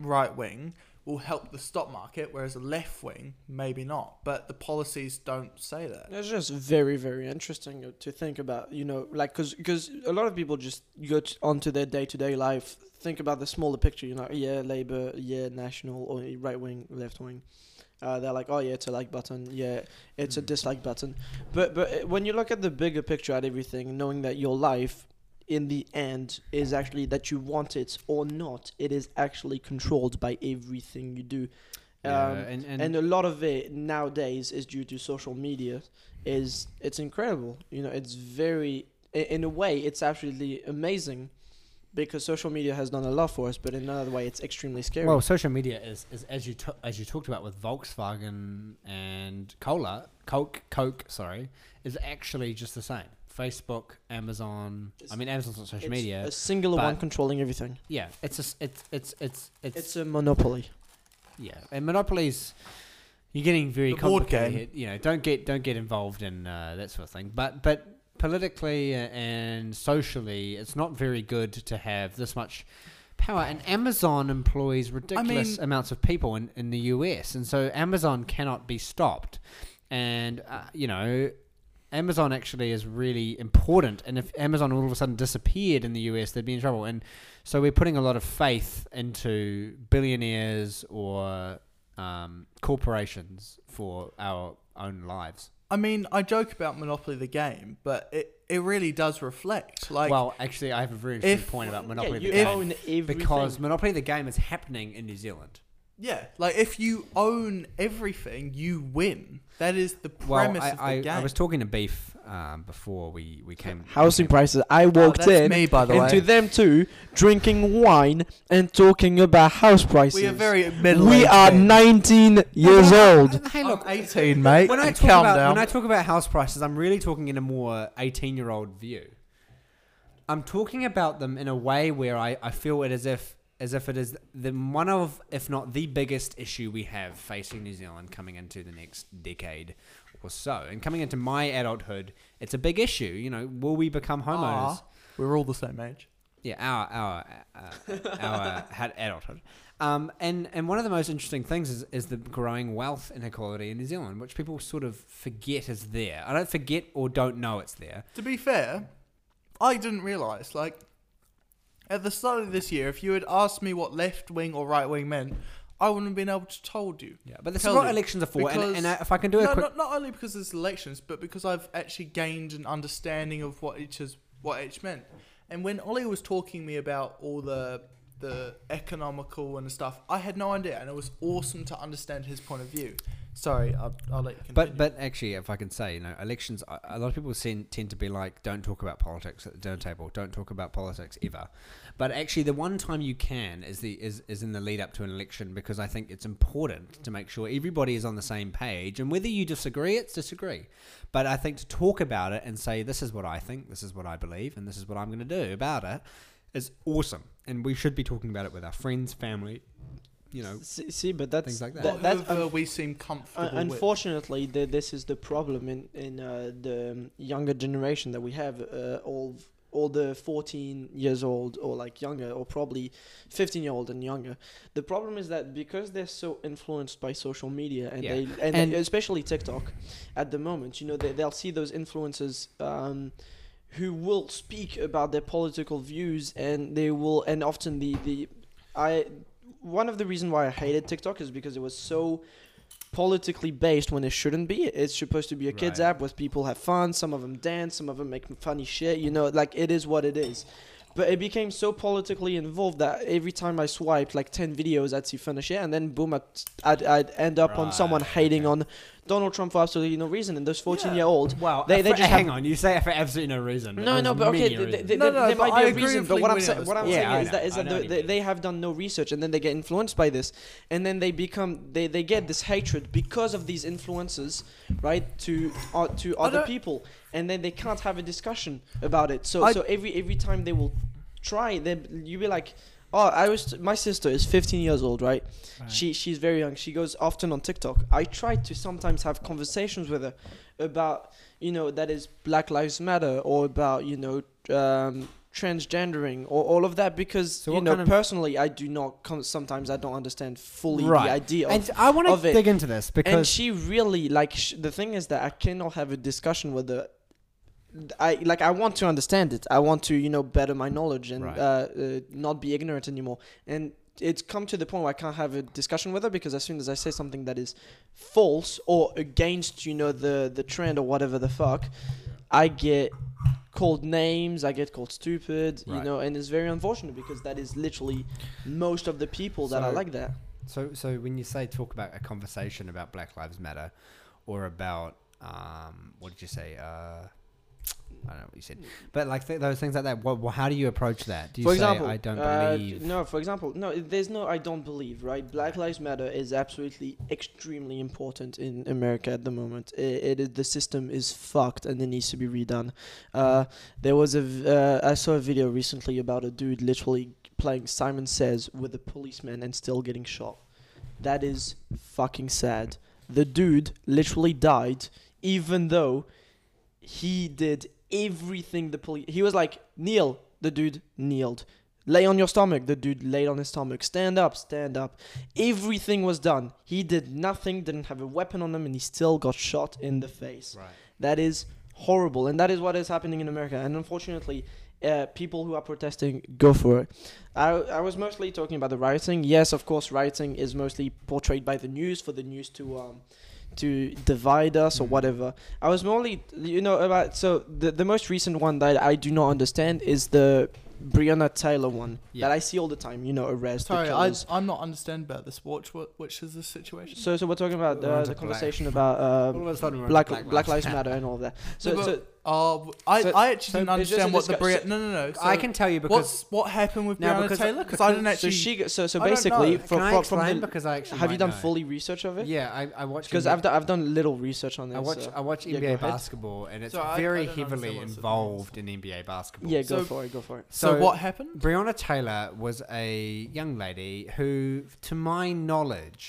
A: right wing, will help the stock market, whereas a left wing maybe not. But the policies don't say that.
B: That's just very, very interesting uh, to think about. You know, like because a lot of people just go t- onto their day to day life, think about the smaller picture. You know, yeah, Labour, yeah, National, or right wing, left wing. Uh, they're like, oh yeah, it's a like button. Yeah, it's a
C: Mm.
B: dislike button. But but uh, when you look at the bigger picture at everything, knowing that your life in the end is actually that you want it or not, it is actually controlled by everything you do.
C: Yeah,
B: Um,
C: and, and,
B: and a lot of it nowadays is due to social media is it's incredible you know it's very i- in a way it's absolutely amazing because social media has done a lot for us but in another way it's extremely scary
C: well, social media is, is as you t- as you talked about with Volkswagen and Cola, Coke, Coke, sorry, is actually just the same. Facebook, Amazon. I
B: It's-
C: mean, Amazon's not social
B: It's
C: media.
B: a singular one
C: but-
B: controlling everything
C: yeah, it's a s it's it's it's it's,
B: it's a monopoly
C: yeah. And Monopoly's you're getting very
A: The board game.
C: complicated. You know, don't get don't get involved in uh, that sort of thing. But but politically uh, and socially, it's not very good to have this much power. And Amazon employs ridiculous amounts of people in, in the US, and so Amazon cannot be stopped. And uh, you know. Amazon actually is really important, and if Amazon all of a sudden disappeared in the US, they'd be in trouble. And so we're putting a lot of faith into billionaires or um, corporations for our own lives.
A: I mean, I joke about Monopoly the game, but it, it really does reflect. Like,
C: well, actually, I have a very interesting
A: if-
C: point about
B: Yeah,
C: Monopoly
B: you
C: the game
B: own everything
C: because Monopoly the game is happening in New Zealand.
A: yeah, like if you own everything, you win. That is the
C: Well,
A: premise
C: I,
A: of the
C: I,
A: game.
C: I was talking to Beef um, before we we came.
B: housing prices i
A: Oh,
B: walked
A: that's
B: in
A: me, by the
B: into
A: way.
B: them too drinking wine and talking about house prices
A: We are very middle.
B: we are 19 years old
C: Oh, Hey, look,
A: I'm 18, mate.
C: When I talk
A: calm
C: about
A: down.
C: when I talk about house prices, I'm really talking in a more 18 year old view. I'm talking about them in a way where I, I feel it as if as if it is the one of if not the biggest issue we have facing New Zealand coming into the next decade or so. And coming into my adulthood, it's a big issue. You know, will we become homeowners?
A: Ah, We're all the same age.
C: Yeah, our our uh, our had adulthood. Um, and and one of the most interesting things is, is the growing wealth inequality in New Zealand, which people sort of forget is there. I don't forget or don't know it's there.
A: To be fair, I didn't realise. Like, at the start of this year, if you had asked me what left wing or right wing meant, I wouldn't have been able to told you.
C: Yeah, but this
A: Tell
C: is what
A: you,
C: elections are for. And,
A: because-
C: and I, if I can do a
A: No,
C: quick,
A: not, not only because there's elections, but because I've actually gained an understanding of what each is, what each meant. And when Ollie was talking me about all the the economical and stuff, I had no idea, and it was awesome to understand his point of view. Sorry, I'll, I'll let you continue.
C: but but actually, if I can say, you know, elections. a- A lot of people seem, tend to be like, don't talk about politics at the dinner table. Don't talk about politics ever. But actually, the one time you can is the is, is in the lead up to an election because I think it's important to make sure everybody is on the same page. And whether you disagree, it's disagree. But I think to talk about it and say this is what I think, this is what I believe, and this is what I'm going to do about it is awesome. And we should be talking about it with our friends, family, you know,
B: see, see, but that's
C: Things like that.
A: Whatever
B: that's
A: we seem
B: Uh,
A: comfortable with.
B: unfortunately, th- this is the problem in in uh, the um, younger generation that we have. Uh, all all the 14 years old or like younger, or probably 15 year old and younger. The problem is that because they're so influenced by social media and
C: Yeah.
B: they and,
C: And-
B: especially TikTok, at the moment, you know, they they'll see those influencers. Um, who will speak about their political views and they will and often the the I one of the reason why I hated TikTok is because it was so politically based when it shouldn't be. It's supposed to be a kids
C: Right.
B: app where people have fun. Some of them dance. Some of them make funny shit. You know, like it is what it is. But it became so politically involved that every time I swiped like 10 videos, I'd see finish it, and then boom, I'd, I'd, I'd end up on someone
C: Right,
B: hating
C: okay.
B: on Donald Trump for absolutely no reason. And those 14
A: Yeah.
B: year old.
C: Wow.
B: They-
C: uh,
B: they
C: for-
B: just
C: hang
B: have-
C: on. You say it for absolutely no reason.
B: No,
C: There's
B: no, but okay,
C: many
B: th- th-
C: reasons.
B: th-
A: No,
B: there
A: no,
B: there
A: but
B: might be
A: I
B: a
A: agree
B: reason.
A: with
B: But
A: Lin
B: what I'm
A: Wei on
B: saying,
A: this
B: what I'm
A: point.
C: Yeah,
B: saying
C: I
B: is
C: know,
B: that is
C: I
B: that
C: know what
B: they,
C: you
B: they,
C: mean.
B: they have done no research, and then they get influenced by this, and then they become they, they get this hatred because of these influences, right? To uh, to other
A: don't-
B: people, and then they can't have a discussion about it. So
A: I-
B: so every every time they will try, they you be like. Oh, I was my sister is 15 years old, right?
C: Right.
B: She she's very young. She goes often on TikTok. I try to sometimes have conversations with her about you know that is Black Lives Matter or about you know um, transgendering or all of that because
C: So
B: you
C: what
B: know
C: kind of-
B: personally I do not com- sometimes I don't understand fully
C: Right.
B: the idea of
C: And I want
B: of
C: to
B: it.
C: dig into this
B: and
C: because
B: she really like sh- the thing is that I cannot have a discussion with her. I like I want to understand it. I want to you know better my knowledge and
C: Right.
B: uh, uh, not be ignorant anymore. And it's come to the point where I can't have a discussion with her because as soon as I say something that is false or against you know the the trend or whatever the fuck, I get called names. I get called stupid. You
C: Right.
B: know, and it's very unfortunate because that is literally most of the people that are
C: So-
B: like that.
C: So, so when you say talk about a conversation about Black Lives Matter, or about um, what did you say? Uh, I don't know what you said, but like th- those things like that. What, how do you approach that? Do you say I don't
B: uh,
C: believe?
B: no, for example, no. There's no I don't believe. Right, Black Lives Matter is absolutely extremely important in America at the moment. It, it is the system is fucked and it needs to be redone. Uh, there was a v- uh, I saw a video recently about a dude literally playing Simon Says with a policeman and still getting shot. That is fucking sad. The dude literally died, even though he did everything the police. He was like, kneel. The dude kneeled. Lay on your stomach. The dude laid on his stomach. Stand up, stand up. Everything was done. He did nothing, didn't have a weapon on him, and he still got shot in the face.
C: Right.
B: That is horrible, and that is what is happening in America. And unfortunately, uh, people who are protesting go for it. I, I was mostly talking about the rioting. Yes, of course, rioting is mostly portrayed by the news for the news to um, to divide us
C: Mm-hmm.
B: or whatever. I was mostly, you know, about so the the most recent one that I do not understand is the Breonna Taylor one
C: Yeah.
B: that I see all the time. You know, arrest. the
A: Sorry, I,
B: killers.
A: I'm not understanding about this. Watch what, which is the situation.
B: So so we're talking about uh,
C: We're
B: the,
C: on to
B: the
C: black.
B: conversation about uh,
C: All of a sudden we're on
B: black
C: Black
B: Black
C: Lives
B: Lives Matter and all of that.
A: No,
B: So,
A: but-
B: so
A: Uh, w- I,
B: So-
A: I actually
B: so
A: didn't
B: it's just a
A: understand what the
B: discuss-
A: Bria.
B: so-
A: no, no, no. So
C: I can tell you because
A: what's what happened with
C: No,
A: Brianna
C: because-
A: Taylor? Because I didn't
B: so
A: actually.
B: she go- so so
A: I don't
B: basically
A: know.
B: fro-
C: can I
B: fro- from
C: explain?
B: the,
C: because I actually
B: have you
C: might
B: done
C: know.
B: fully research of it?
C: Yeah, I, I watched
B: Because I've done, I've done little research on this.
C: I watch
B: so-
C: I watch
B: Yeah,
C: NBA
B: go ahead.
C: basketball, and it's
A: So I- I
C: very
A: don't understand
C: heavily
A: what's the-
C: involved in NBA basketball.
B: yeah, go
A: So-
B: for it. Go for it.
A: so what happened?
C: Breonna Taylor was a young lady who, to my knowledge,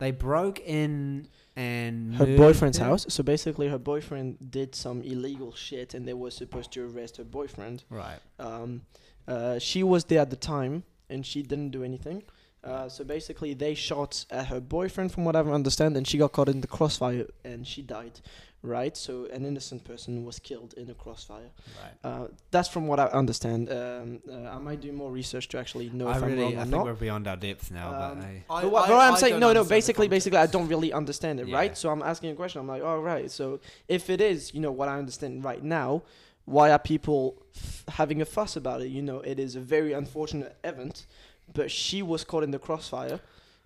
C: they broke in and
B: Her
C: murdered-
B: boyfriend's house. So basically, her boyfriend did some illegal shit, and they were supposed to arrest her boyfriend.
C: Right.
B: Um, uh, she was there at the time, and she didn't do anything. Uh, so basically, they shot at her boyfriend, from what I understand, and she got caught in the crossfire, and she died. Right. So an innocent person was killed in a crossfire.
C: Right.
B: Uh, that's from what I understand. Um, uh, I might do more research to actually know
C: I
B: if I'm
C: really,
B: wrong
C: I
B: or
C: think
B: not.
C: we're beyond our depth now.
B: Um,
C: but I,
A: I,
B: But what,
A: I-
B: but what I'm
A: I
B: saying,
A: don't
B: no, no.
A: understand the
B: Basically, basically, I
A: context.
B: don't really understand it,
C: Yeah.
B: right? So I'm asking a question. I'm like, all right. So if it is, you know, what I understand right now, why are people f- having a fuss about it? You know, it is a very unfortunate event, but she was caught in the crossfire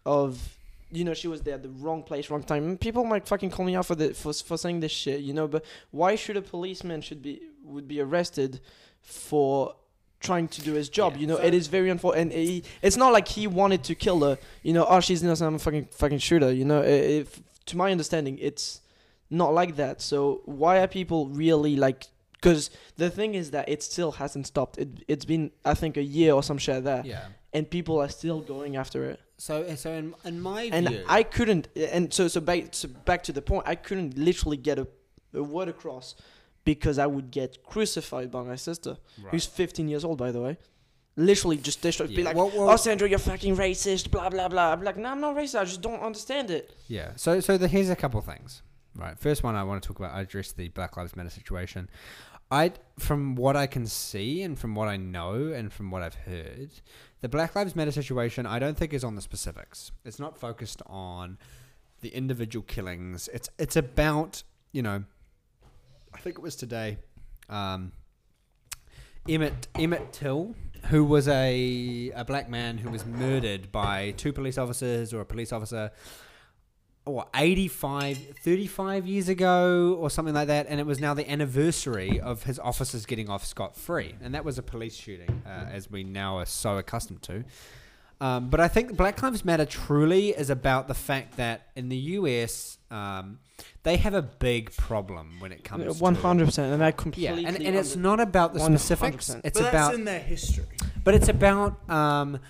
B: of, you know, she was there at the wrong place, wrong time. And people might fucking call me out for the for for saying this shit, you know. But why should a policeman should be would be arrested for trying to do his job.
C: Yeah.
B: You know,
A: So-
B: it is very unfortunate. And he, it's not like he wanted to kill her. You know, oh, she's innocent. I'm a fucking fucking shooter. You know, i- if to my understanding, it's not like that. So why are people really like? Because the thing is that it still hasn't stopped. It it's been I think a year or some shit there,
C: yeah.
B: and people are still going after it.
C: So, so in, in my
B: And
C: view,
B: I couldn't. And so so back so back to the point. I couldn't literally get a, a word across because I would get crucified by my sister who's 15 years old, by the way. Literally just destroyed. Be
C: Yeah.
B: like,
C: Well- well-
B: oh, Sandra, you're fucking racist, blah, blah, blah. I'm like, no, I'm not racist. I just don't understand it.
C: Yeah. So so the, here's a couple things. Right. First one I want to talk about. I address the Black Lives Matter situation. I from what I can see and from what I know and from what I've heard, the Black Lives Matter situation I don't think is on the specifics. It's not focused on the individual killings. It's it's about you know, I think it was today. Um, Emmett Emmett Till, who was a a black man who was murdered by two police officers or a police officer, or 85, 35 years ago or something like that, and it was now the anniversary of his officers getting off scot free, and that was a police shooting, uh, as we now are so accustomed to. Um, but I think Black Lives Matter truly is about the fact that in the U.S. Um, they have a big problem when it comes to
B: One hundred percent, and I
C: yeah,
B: completely.
C: and, and it's
B: under-
C: not about the
B: 100%.
C: specifics.
B: But
C: It's
A: but
C: about
A: that's in their history.
C: but it's about um,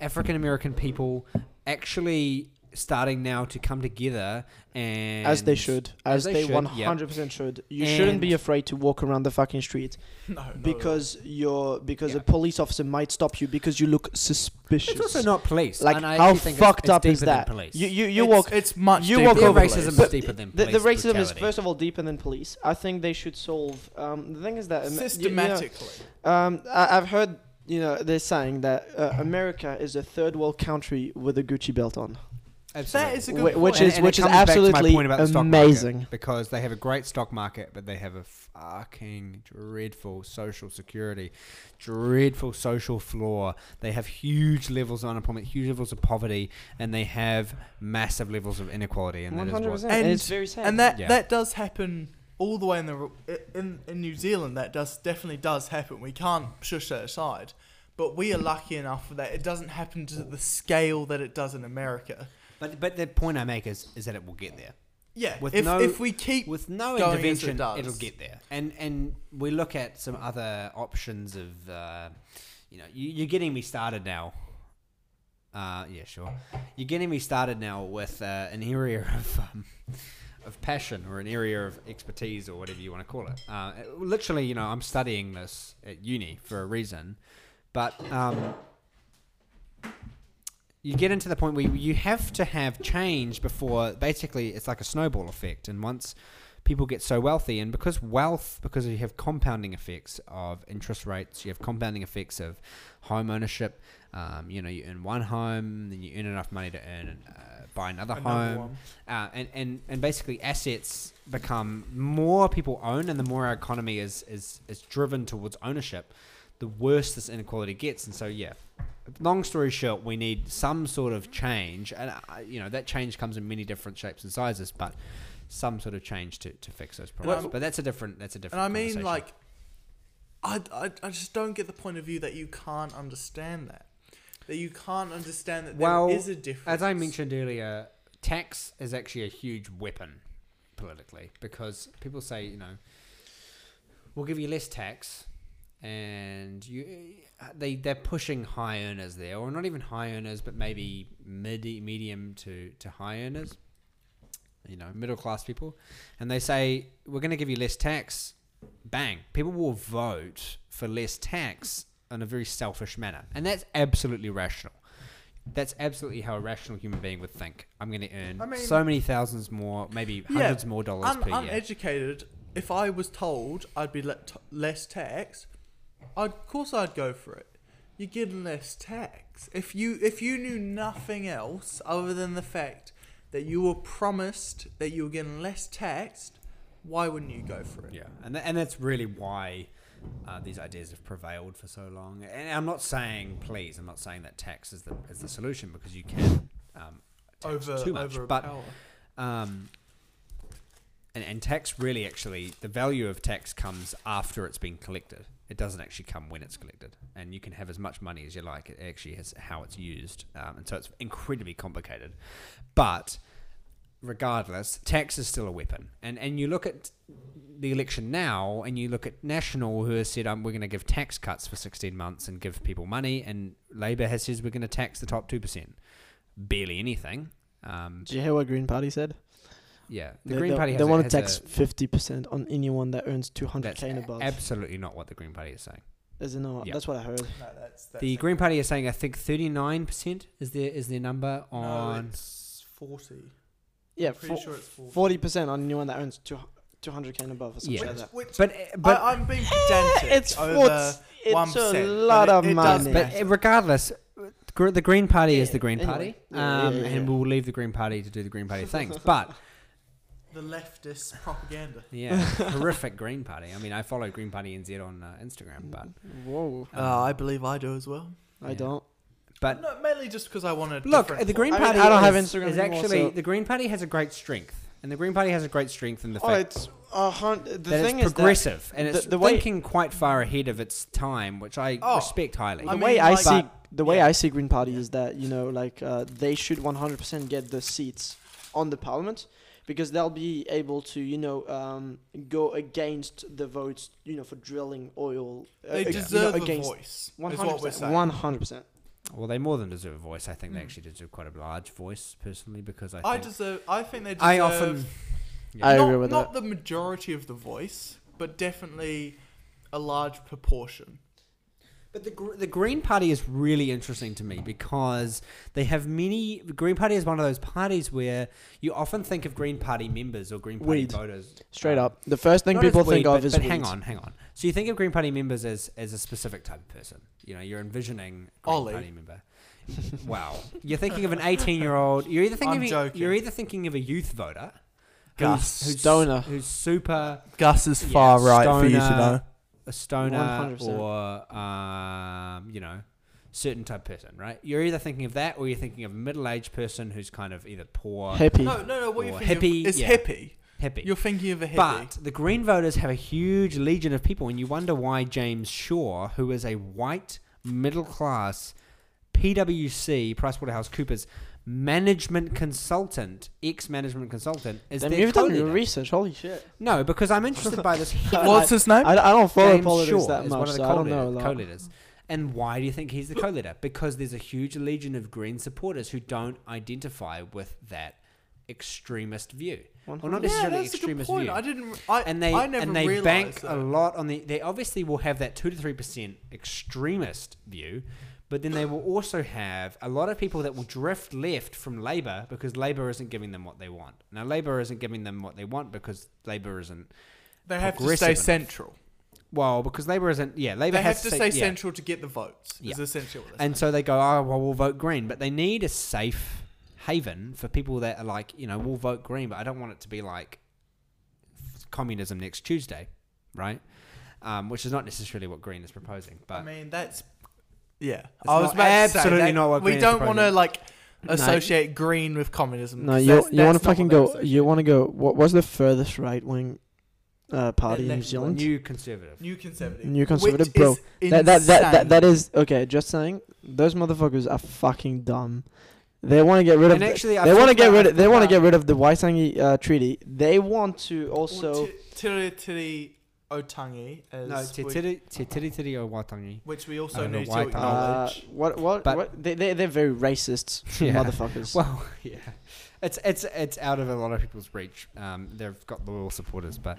C: African American people actually starting now to come together and
B: as they should, as,
C: they
B: they
C: should,
B: one
C: yeah.
B: hundred percent should. You shouldn't be
C: And-
B: afraid to walk around the fucking street
A: No, no.
B: because you're because
C: Yeah.
B: a police officer might stop you because you look suspicious.
C: It's also not police.
B: like
C: and I
B: how
C: actually think it's-
B: fucked
C: it's
B: up is
C: deeper than
B: that?
C: Police.
B: You you you
A: It's-
B: walk.
A: It's much.
B: you
A: deeper
B: walk
A: than
B: over
A: police.
C: racism is
B: But
C: deeper than
B: The,
C: police
B: the racism is
C: brutality.
B: first of all deeper than police. I think they should solve. Um, the thing is that um, you- you know,
A: systematically.
B: um, I, I've heard you know they're saying that uh, America is a third world country with a Gucci belt on.
C: Absolutely.
A: That is a good
B: Whi-
A: point.
B: which
C: And-
B: is
C: and it
B: which is
C: comes back to my
B: absolutely
C: point about the stock market,
B: amazing.
C: because they have a great stock market, but they have a fucking dreadful social security, dreadful social flaw. They have huge levels of unemployment, huge levels of poverty, and they have massive levels of inequality. And
B: One
C: that is
B: hundred
C: what
B: percent, and
A: And-
B: it's very sad.
A: and that
C: Yeah.
A: that does happen all the way in the in, in New Zealand. That does definitely does happen. We can't shush that aside. But we are lucky enough that it doesn't happen to the scale that it does in America.
C: But but the point I make is is that it will get there
A: Yeah,
C: With
A: if,
C: no-
A: if we keep
C: with no
A: Going as it
C: intervention.
A: does.
C: will get there, and and we look at some other options of, uh, you know, you, you're getting me started now. Uh, yeah, sure. You're getting me started now with uh, an area of um, of passion or an area of expertise or whatever you want to call it. Uh, it- literally, you know, I'm studying this at uni for a reason, but um, you get into the point where you have to have change before basically it's like a snowball effect, and once people get so wealthy and because wealth because you have compounding effects of interest rates you have compounding effects of home ownership um, you know you earn one home then you earn enough money to earn uh, buy another,
A: another
C: home
A: one.
C: uh, and, and and basically assets become more people own and the more our economy is is, is driven towards ownership the worse this inequality gets and so yeah long story short we need some sort of change and uh, you know that change comes in many different shapes and sizes but some sort of change to, to fix those problems
A: I'm-
C: but that's a different that's a
A: And
C: different
A: I mean,
C: conversation.
A: like, I, I, I just don't get the point of view that you can't understand that. That you can't understand that
C: Well,
A: there is a difference.
C: As I mentioned earlier, tax is actually a huge weapon politically because people say, you know, we'll give you less tax, and you they they're pushing high earners there, or not even high earners, but maybe mid medium to to high earners, you know, middle class people, and they say we're going to give you less tax. Bang! People will vote for less tax in a very selfish manner, and that's absolutely rational. That's absolutely how a rational human being would think. I'm going to earn
A: I mean-
C: so many thousands more, maybe
A: Yeah,
C: hundreds more dollars
A: Un-
C: per year.
A: uneducated, if I was told I'd be let t- less tax, I'd, of course I'd go for it. You get less tax if you if you knew nothing else other than the fact that you were promised that you were getting less taxed. Why wouldn't you go for it?
C: Yeah, and tha- and that's really why uh, these ideas have prevailed for so long. And I'm not saying, please, I'm not saying that tax is the is the solution because you can um, tax
A: Over
C: too much,
A: over
C: but um, and and tax really actually the value of tax comes after it's been collected. It doesn't actually come when it's collected, and you can have as much money as you like. It actually has how it's used, um, and so it's incredibly complicated. But regardless, tax is still a weapon. And and you look at the election now, and you look at National, who has said, um, "We're going to give tax cuts for 16 months and give people money," and Labor has says, "We're going to tax the top two percent, barely anything." Um,
B: Do you hear what Green Party said?
C: yeah, the
B: They-
C: Green
B: they,
C: Party has
B: they
C: a-
B: want to
C: has
B: tax
C: a-
B: fifty percent on anyone that earns two hundred
C: That's
B: k and above.
C: absolutely not what the Green Party is saying.
B: Is it not?
C: Yeah.
B: That's what I heard.
A: no, that's, that's
C: The Green Party is saying I think 39% is their is their number
A: No,
C: on
A: it's forty.
B: Yeah,
A: I'm pretty sure it's forty.
B: forty percent on anyone that earns two hundred k and above or something
C: Yeah.
B: like
A: Which,
B: that. Eh,
A: which
C: but eh, but
A: I, I'm being pedantic.
B: It's
A: over,
B: forty. It's a
A: 1%,
B: lot
A: but it-
B: of
A: it does
B: money.
A: matter.
C: But uh, regardless, gr- the Green Party is
B: Yeah,
C: the Green
B: anyway.
C: Party,
B: Yeah, yeah,
C: um,
B: yeah,
C: and
B: yeah.
C: we'll leave the Green Party to do the Green Party things. But
A: the leftist propaganda.
C: Yeah, horrific Green Party. I mean, I follow Green Party NZ on uh, Instagram, but
B: Whoa.
A: Uh, I believe I do as well.
B: I
C: Yeah.
B: don't.
C: but
A: no, mainly just because I wanted.
C: look,
A: different
C: the Green
B: I mean,
C: Party
B: I don't have
C: is,
B: Instagram
C: is
B: anymore,
C: actually
B: so-
C: the Green Party has a great strength, and the Green Party has a great strength in the
B: Oh,
C: fact
B: it's a hun- The
C: that
B: thing
C: it's
B: is that
C: progressive and it's
B: the- the way-
C: thinking quite far ahead of its time, which I
A: Oh,
C: respect highly.
B: the
A: I mean,
B: way I
A: like-
B: see the way
A: yeah.
B: I see Green Party is that you know like uh, they should 100% get the seats on the parliament because they'll be able to you know um, go against the votes you know for drilling oil. uh,
A: They
B: ag- you know,
A: deserve a
B: against
A: voice. 100%,
B: 100%.
A: is what we're saying.
B: 100%.
C: well, they more than deserve a voice. I think they
A: Mm.
C: actually deserve quite a large voice, personally, because I
A: I
C: think
A: deserve. I think they deserve.
C: I often
B: I
A: not,
B: agree with
A: not the majority of the voice, but definitely a large proportion.
C: But the, gr- the Green Party is really interesting to me because they have many. The Green Party is one of those parties where you often think of Green Party members or Green Party
B: Weed.
C: voters.
B: Straight
C: um,
B: up, the first thing
C: not as
B: people
C: weed,
B: think
C: but,
B: of is
C: But hang
B: weed.
C: on, hang on. So you think of Green Party members as, as a specific type of person. You know, you're envisioning a Green
A: Ollie.
C: Party member. wow, you're thinking of an 18 year old. You're either
A: I'm
C: thinking of, a-
A: joking.
C: you're either thinking of a youth voter,
A: Gus.
C: who's,
B: Stoner.
C: who's, who's super
A: Gus is
C: Yeah,
A: far right for you to
C: stoner,
A: know.
C: a stoner
B: 100%.
C: or um, you know certain type of person right you're either thinking of that or you're thinking of a middle-aged person who's kind of either poor
B: Hippie.
A: No, no, no. What
C: Or
A: you're thinking
C: hippie,
A: of is
C: yeah.
A: hippie.
C: hippie
A: You're thinking of a hippie.
C: but the green voters have a huge legion of people and you wonder why james shaw who is a white middle-class pwc pricewaterhousecoopers management consultant ex-management consultant is
B: Then
C: their
B: you've done
C: co-leader.
B: your research. Holy shit!
C: no because i'm interested by this heaven-
A: What's his name?
B: I, I don't follow
C: James
B: politics
C: Shaw
B: that
C: is
B: much,
C: one of
B: so
C: the
B: I don't
C: co-leader-
B: know a lot.
C: co-leaders. And why do you think he's the co-leader? Because there's a huge legion of Green supporters who don't identify with that extremist view, well, not
B: 100%.
C: necessarily
A: yeah, that's a good
C: extremist
A: point.
C: view.
A: I didn't. I,
C: and they
A: I never
C: and they
A: realised
C: bank
A: that.
C: a lot on the. They obviously will have that two to three percent extremist view, but then they will also have a lot of people that will drift left from Labour because Labour isn't giving them what they want. Now Labour isn't giving them what they want because Labour isn't.
A: They have to
C: progressive
A: stay
C: enough.
A: central.
C: Well, because Labour isn't. Yeah, Labour
A: They have
C: has
A: to
C: say-
A: stay
C: yeah.
A: central to get the votes. Is
C: Yeah.
A: essentially what they're
C: And so they go, oh, well, we'll vote green. But they need a safe haven for people that are like, you know, we'll vote green, but I don't want it to be like communism next Tuesday, right? Um, which is not necessarily what green is proposing. But
A: I mean, that's yeah.
C: It's
A: I was
C: not-
A: about to say
C: absolutely
A: that
C: not what
A: we
C: Green is
A: don't want to
C: proposing.
A: like associate green with communism.
B: No,
A: 'cause
B: you
A: that's-
B: you
A: that's
B: want
A: not
B: to fucking
A: what they
B: go.
A: associate.
B: You want to go. What was the furthest right wing uh, party in New
A: left
B: Zealand? New,
C: new conservative.
A: new conservative.
B: conservative,
A: which
B: bro. That,
A: is
B: that, that,
A: insane.
B: that, that is okay. Just saying, those motherfuckers are fucking dumb. They want to get rid of.
C: And
B: the-
C: actually, I've
B: they want to
C: talked
B: get
C: about-
B: rid. Of, they want to get
C: about-
B: rid of the Waitangi uh, Treaty. They want to
A: Or
B: also.
A: Te Tiri Tiri Otangi, as
C: No,
A: we-
C: Te Tiri Te Tiri Tiri o Waitangi.
A: which we
C: I
A: also
C: don't know
A: need to
C: why
B: Uh,
C: Tangi.
A: acknowledge.
B: what what
C: But-
B: what? They they they're very racist
C: Yeah.
B: motherfuckers.
C: Well, yeah, it's it's it's out of a lot of people's reach. Um, they've got loyal supporters, but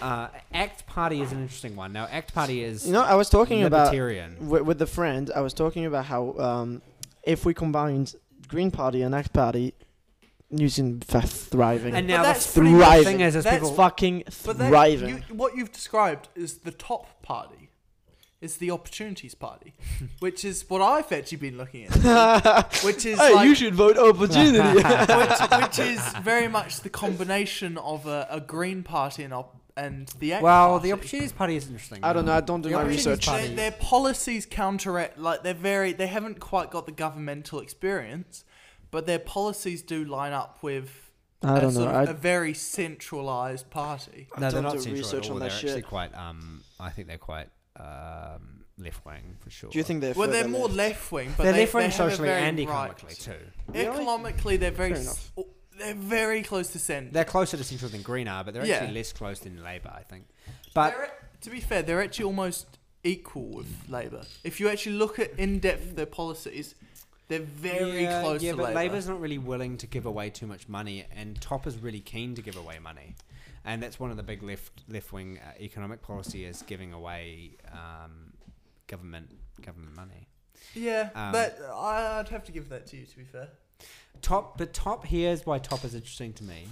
C: uh, ACT Party is an interesting one. Now, ACT Party is
B: you know, I was talking about
C: libertarian.
B: with, with the friend, I was talking about how um, if we combined Green Party and ACT Party, New Zealand fa- thriving.
C: and
A: But
C: now the
A: that's pretty much-
B: thriving.
C: thing is, is
A: That's
C: people
B: fucking
A: But that,
B: thriving.
A: You, what you've described is the top party. It's the opportunities party, which is what I've actually been looking at, which is like,
B: should vote opportunity.
A: which, which is very much the combination of a, a Green Party and op- and the ACT
C: Well,
A: party.
C: the Opportunities Party is interesting.
B: I don't know. I don't do
C: The
B: my
C: Opportunities
B: research.
C: Party-
A: Their, their policies counteract like they're very they haven't quite got the governmental experience, but their policies do line up with
B: I
A: a
B: don't know.
A: sort of a
B: I,
A: very centralized party.
B: I
C: No,
B: don't
C: they're not
B: do
C: central
B: research
C: at all.
B: on
C: They're
B: that
C: actually
B: shit.
C: quite. Um, I think they're quite um, left wing for sure.
B: do you think they're?
A: Well, they're
B: further
A: more
B: left?
A: left wing, but
C: they're
A: they,
C: left wing
A: they have a
C: socially
A: very
C: and
A: right-
C: economically too?
B: Really?
A: Economically, they're very
B: Fair
A: s- they're very close to centre.
C: They're closer to central than Green are, but they're
A: Yeah.
C: actually less close than Labour. I think. But
A: They're a- to be fair, they're actually almost equal with Labour. If you actually look at in depth their policies, they're very
C: yeah,
A: close
C: yeah,
A: to
C: but
A: Labour.
C: Labour's not really willing to give away too much money, and Top is really keen to give away money, and that's one of the big left left wing uh, economic policy is giving away um, government government money.
A: yeah,
C: um,
A: that I- I'd have to give that to you. To be fair,
C: Top, but Top here's why Top is interesting to me.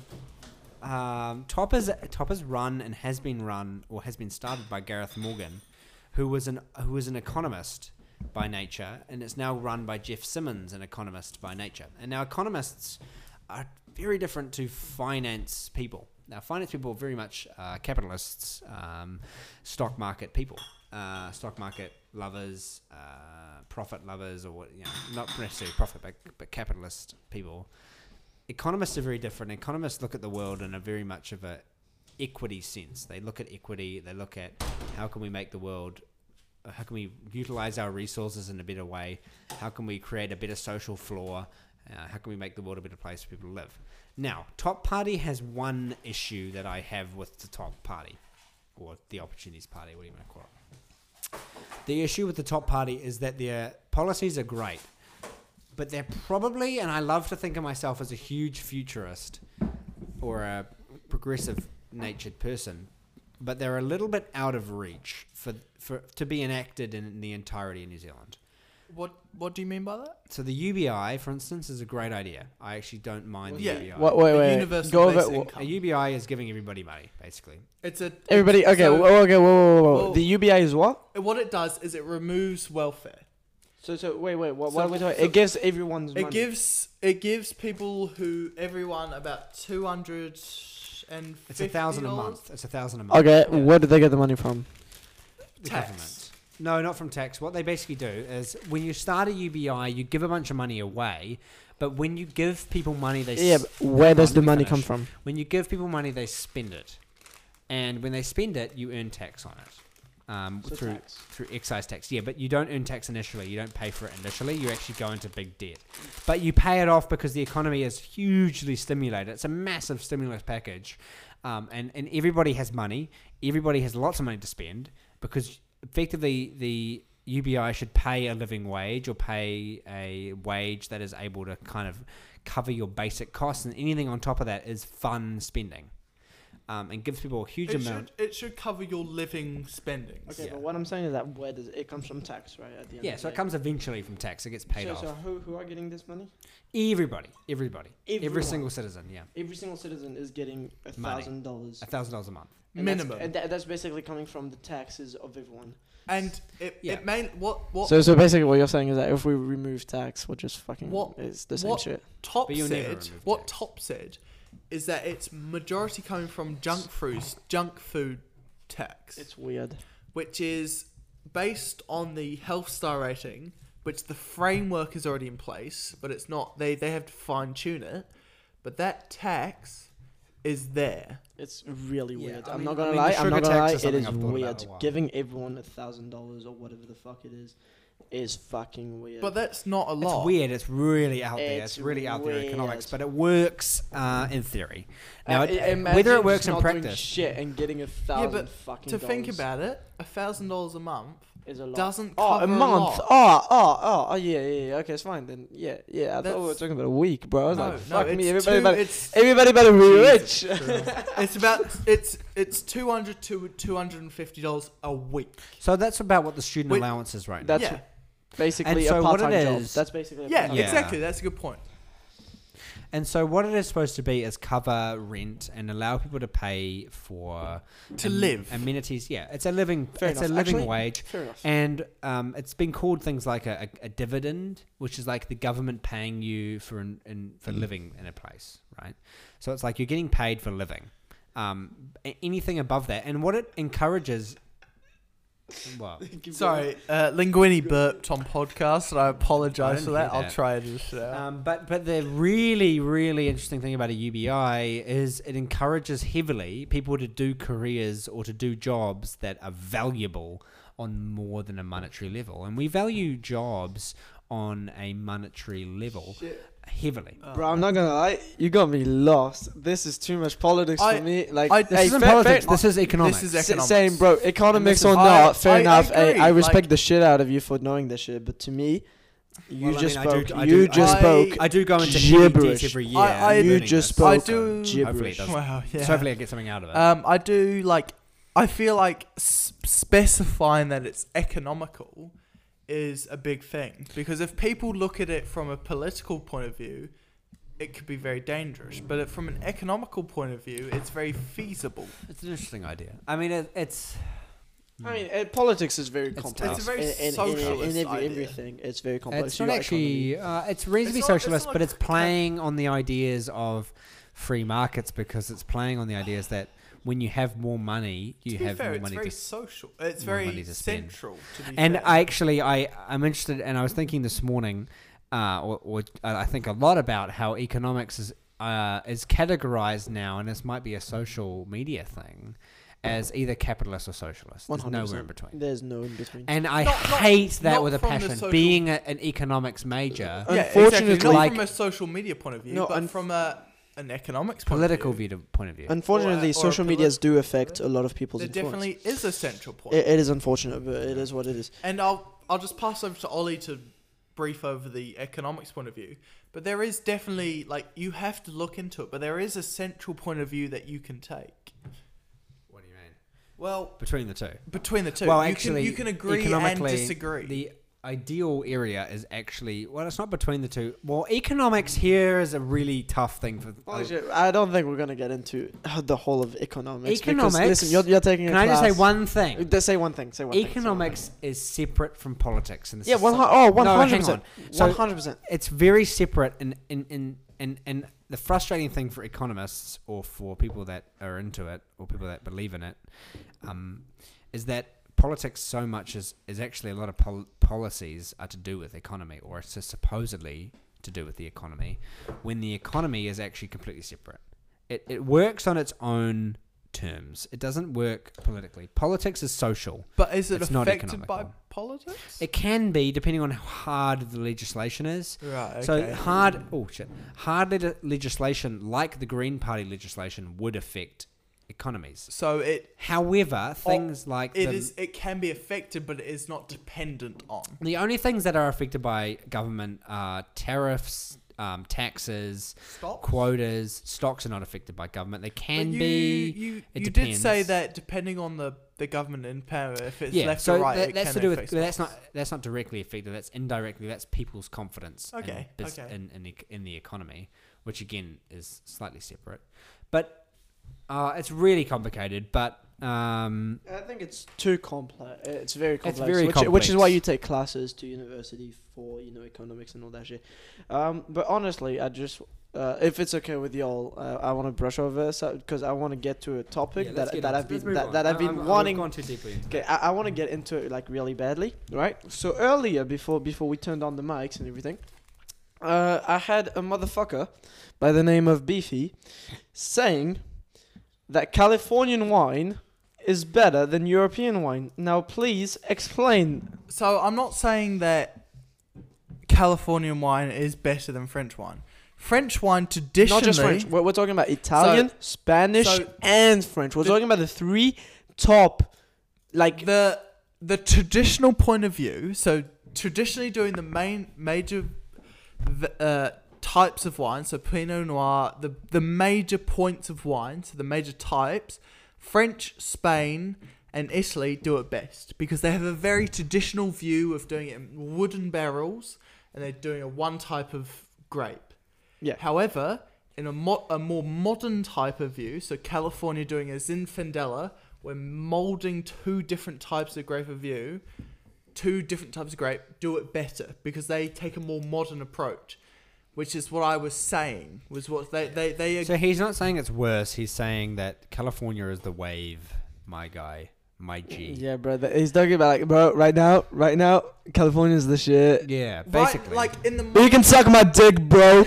C: Um, Top is Top is run and has been run or has been started by Gareth Morgan, who was an who was an economist by nature, and it's now run by Jeff Simmons, an economist by nature. And now economists are very different to finance people. Now, finance people are very much uh, capitalists, um, stock market people, uh, stock market lovers, uh, profit lovers, or what you know, not necessarily profit, but, but capitalist people. Economists are very different. Economists look at the world in a very much of a equity sense. They look at equity. They look at how can we make the world, how can we utilize our resources in a better way? How can we create a better social floor? Uh, how can we make the world a better place for people to live? Now, Top Party has one issue that I have with the Top Party, or the Opportunities Party, what do you want to call it? The issue with the Top Party is that their policies are great, but they're probably, and I love to think of myself as a huge futurist or a progressive natured person, but they're a little bit out of reach for, for to be enacted in the entirety of New Zealand.
A: What What do you mean by that?
C: So the UBI, for instance, is a great idea. I actually don't mind the
A: Yeah.
C: UBI.
D: What, wait,
A: The
D: wait. wait.
A: universal
D: Go over.
A: basic
D: wha-
A: income.
C: A UBI is giving everybody money, basically.
A: It's a
D: Everybody, okay,
A: so-
D: whoa, okay, whoa, whoa, whoa,
A: Whoa.
D: whoa. The UBI is what?
A: What it does is it removes welfare.
B: So so wait wait what
A: So-
B: what are we talking?
A: so-
B: it gives everyone's
A: It
B: money.
A: gives it gives people who everyone about two hundred and
C: It's a thousand a month. It's a thousand a month.
D: Okay, where did they get the money from?
C: The
A: Tax.
C: government. No, not from tax. What they basically do is when you start a UBI, you give a bunch of money away, but when you give people money, they
D: Yeah,
C: s-
D: but where does
C: on,
D: the
C: let me
D: money
C: finish.
D: come from?
C: when you give people money, they spend it, and when they spend it, you earn tax on it um,
B: So
C: through
B: tax.
C: through excise tax. Yeah, but you don't earn tax initially. You don't pay for it initially. You actually go into big debt. But you pay it off because the economy is hugely stimulated. It's a massive stimulus package. Um, and, and everybody has money. Everybody has lots of money to spend because effectively the UBI should pay a living wage or pay a wage that is able to kind of cover your basic costs. And anything on top of that is fun spending um, and gives people a huge
A: It
C: amount.
A: should, it should cover your living spending.
B: Okay,
C: Yeah.
B: but what I'm saying is that where does it comes from tax, right? At the end
C: Yeah,
B: of
C: so
B: the
C: it
B: day.
C: comes eventually from tax. It gets paid
B: so,
C: off.
B: So who who are getting this money?
C: Everybody, everybody, every
B: Everyone.
C: single citizen, yeah,
B: Every single citizen is getting a
C: Money.
B: thousand dollars.
C: a thousand dollars a month.
B: And that's-
A: Minimum.
B: and that, that's basically coming from the taxes of everyone.
A: And it,
C: Yeah.
A: it main what what
D: So, so basically, what you're saying is that if we remove tax, we're just fucking.
A: What-
D: It's the same
A: what-
D: shit.
A: Top
C: But you'll never
A: said
C: remove
A: what
C: tax.
A: Top said is that it's majority coming from junk foods, junk food tax,
B: It's weird.
A: which is based on the health star rating, which the framework is already in place, but it's not. They they have to fine tune it, but that tax is there.
B: It's really
C: Yeah,
B: weird.
C: I
B: I'm
C: mean-
B: not
C: I
B: gonna
C: mean, the
B: lie. I'm
C: sugar
B: not gonna
C: tax
B: lie.
C: is
B: It
C: something
B: is
C: I've thought about
B: weird.
C: a while.
B: Giving everyone a thousand dollars or whatever the fuck it is, is fucking weird. Uh,
A: But that's not a lot.
C: It's weird. It's really out there. It's,
B: It's
C: really out there in economics,
B: weird.
C: but it works uh, in theory. Now,
B: I-
C: it-
B: I- imagine
C: whether it
B: just
C: works in
B: not doing
C: practice,
B: shit and getting a thousand
A: but
B: fucking
A: To think
B: dollars
A: about it, a thousand dollars a month
B: is a lot.
A: doesn't
B: Oh,
A: cover
B: a month.
A: lot.
B: Oh, oh, oh, oh, yeah, yeah, yeah. Okay, it's fine then. Yeah, yeah. I thought we were
A: That's-
B: talking about a week, bro. I was
A: no,
B: like,
A: no,
B: fuck me.
A: it's
B: Everybody,
A: two-
B: better,
A: it's
B: everybody better be
A: Jesus,
B: rich.
A: it's about it's it's two hundred to two hundred and fifty dollars a week.
C: so that's about what the student
A: Wait,
C: allowance is right now.
B: That's
A: yeah,
B: basically
C: so
B: a
C: what it
B: part-time job.
C: is-
B: That's basically a
A: yeah,
B: part-time
C: Yeah.
A: exactly. That's a good point.
C: And so what it is supposed to be is cover rent and allow people to pay for
A: To
C: am-
A: live.
C: amenities. Yeah, it's a living.
B: Fair
C: it's a
B: enough.
C: living
B: Actually-
C: wage.
B: job. Fair enough.
C: And um, it's been called things like a, a, a dividend, which is like the government paying you for an, in, for living in a place, right? So it's like you're getting paid for living. Um, a- anything above that, and what it encourages. Well,
A: Sorry, uh, Linguini burped on podcast, and I
C: I
A: apologise
C: didn't
A: for that.
C: hear
A: I'll
C: that.
A: try to just. Uh,
C: um, but but the really really interesting thing about a UBI is it encourages heavily people to do careers or to do jobs that are valuable on more than a monetary level, and we value jobs on a monetary level heavily.
A: Uh,
B: Uh,
D: Bro, I'm not gonna lie. You got me lost. This is too much politics
A: I-
D: for me. Like,
A: I-
D: hey,
C: This isn't
D: fair- fair-
C: politics. this is economics.
A: this is
D: S-
A: economics.
D: Same, bro. Economics or
A: I-
D: not, fair
A: I
D: enough. Hey,
A: agree,
D: I respect
A: like-
D: the shit out of you for knowing this shit, but to me, you
C: Well, I
D: just
C: mean, I do-
D: spoke.
C: I
D: you
C: do- I
D: just
A: do-
D: spoke.
C: I do go into heavy debt
D: Gibberish.
C: every year.
A: I- I-
C: learning
D: You
C: this.
D: just
A: I
D: spoke.
A: do.
C: Hopefully it
D: Gibberish.
C: doesn't.
A: Wow.
C: So
A: Yeah.
C: hopefully I get something out of it.
A: Um, I do like. I feel like s- specifying that it's economical is a big thing because if people look at it from a political point of view, it could be very dangerous. But if, from an economical point of view, it's very feasible.
C: it's an interesting idea. I mean, it, it's.
B: I mean, uh, politics is very
C: It's
B: complex.
C: tough.
A: It's a very
B: in, in, in,
A: socialist
B: in every,
A: idea.
B: everything. It's very complex.
C: it's
B: You
C: not
B: got
C: actually. Uh, it's reasonably
A: It's not- it's
C: socialist,
A: not
C: but
A: a
C: it's playing on the ideas of free markets because it's playing on the ideas that when you have more money, you
A: to be
C: have
A: fair,
C: more
A: it's
C: money
A: very
C: to.
A: social. It's
C: more
A: very
C: money to spend.
A: central. To be
C: And
A: fair.
C: I actually, I I'm interested, and I was thinking this morning, uh, or, or I think a lot about how economics is uh, is categorized now, and this might be a social media thing, as either capitalist or socialist. There's nowhere
B: 100%.
C: in between.
B: There's no in between.
C: And I
A: Not- not-
C: hate that
A: not
C: with a
A: from the
C: passion.
A: social-
C: Being a, an economics major,
A: yeah,
B: unfortunately-
A: exactly. not
C: like-
A: from a social media point of view,
B: No,
A: but
B: un-
A: from a, an economics point
C: political
A: of view.
C: view to point of view.
B: Unfortunately,
A: or a
B: social medias do affect a lot of people's
A: There
B: influence.
A: definitely is a central point.
B: It, it is unfortunate, but it is what it is.
A: And I'll I'll just pass over to Ollie to brief over the economics point of view. But there is definitely like you have to look into it, but there is a central point of view that you can take.
C: what do you mean?
A: Well,
C: Between the two.
A: between the two,
C: well,
A: you
C: actually,
A: can, you can agree and
C: economically,
A: disagree.
C: The ideal area is actually well, it's not between the two. Well, economics here is a really tough thing for.
B: Bullshit. I don't think we're gonna get into the whole of economics. Because,
C: Economics?
B: listen, you're, you're taking.
C: Can
B: a
C: I just say
B: class-
C: one thing?
B: Just say one thing. Say one
C: Economics is separate from politics, and this
B: Thing, say
C: is
B: one thing.
C: so-
B: yeah, one
C: No,
B: hu- oh,
C: hang
B: 100%.
C: on. So-
B: 100%.
C: it's very separate and in in and and the frustrating thing for economists or for people that are into it or people that believe in it um, is that politics so much is is actually a lot of pol- policies are to do with economy or it's just supposedly to do with the economy when the economy is actually completely separate it, it works on its own terms it doesn't work politically politics is social
A: but is it
C: it's not
A: affected by
C: economical.
A: politics?
C: it can be depending on how hard the legislation is
A: right. Okay.
C: so hard, oh shit, hard le- legislation like the Green Party legislation would affect economies.
A: So it
C: However, things like
A: Oh, it
C: the,
A: is it can be affected, but it is not dependent on.
C: the only things that are affected by government are tariffs, um, taxes,
A: Stop.
C: quotas. Stocks are not affected by government. They
A: But
C: can
A: you,
C: be.
A: You,
C: it
A: you did say
C: depends.
A: that depending on the, the government in power, if it's
C: yeah,
A: left
C: so
A: or right,
C: that-
A: it
C: that's
A: can
C: to do with
A: affect
C: that's
A: stocks.
C: not that's not directly affected. That's indirectly. That's people's confidence. in
A: Okay,
C: bus-
A: okay.
C: In, in, ec- in the economy, which again is slightly separate, but uh, it's really complicated. But um,
B: I think it's too complex. It's very complex.
C: very
B: which, Which is why
C: complex.
B: you take classes to university for you know economics and all that shit. Um, but honestly, I just uh, if it's okay with y'all, uh, I want to brush over because I want to get to a topic
C: Yeah, let's
B: that,
C: get
B: that
C: on-
B: I've
C: let's
B: been
C: move
B: that,
C: on.
B: that I've
C: I-
B: been
C: I'm- I've
B: wanting.
C: gone too deeply into
B: Okay,
C: that.
B: I, I want to get into it like really badly, right? So earlier, before before we turned on the mics and everything, uh, I had a motherfucker by the name of Beefy saying that Californian wine is better than European wine. Now, please explain.
A: So I'm not saying that Californian wine is better than French wine. French wine traditionally,
B: Not just French. We're, we're talking about Italian, Spanish,
A: so-
B: and French. We're
A: The-
B: talking about the three top, like
A: the the traditional point of view. So traditionally doing the main major v- uh, types of wine. So Pinot Noir, the the major points of wine. So the major types, French, Spain. And Italy do it best because they have a very traditional view of doing it in wooden barrels, and they're doing a one type of grape.
B: yeah.
A: However, in a, mo- a more modern type of view, so California doing a Zinfandela, we're molding two different types of grape of view, two different types of grape, do it better because they take a more modern approach, which is what I was saying, was what they, they, they
C: So he's not saying it's worse. He's saying that California is the wave. My guy, my G.
B: Yeah, bro. that- He's talking about like, bro. Right now, right now, California's the shit.
C: Yeah,
A: Right,
C: basically.
A: like in the
B: You
A: mo-
B: can suck my dick, bro.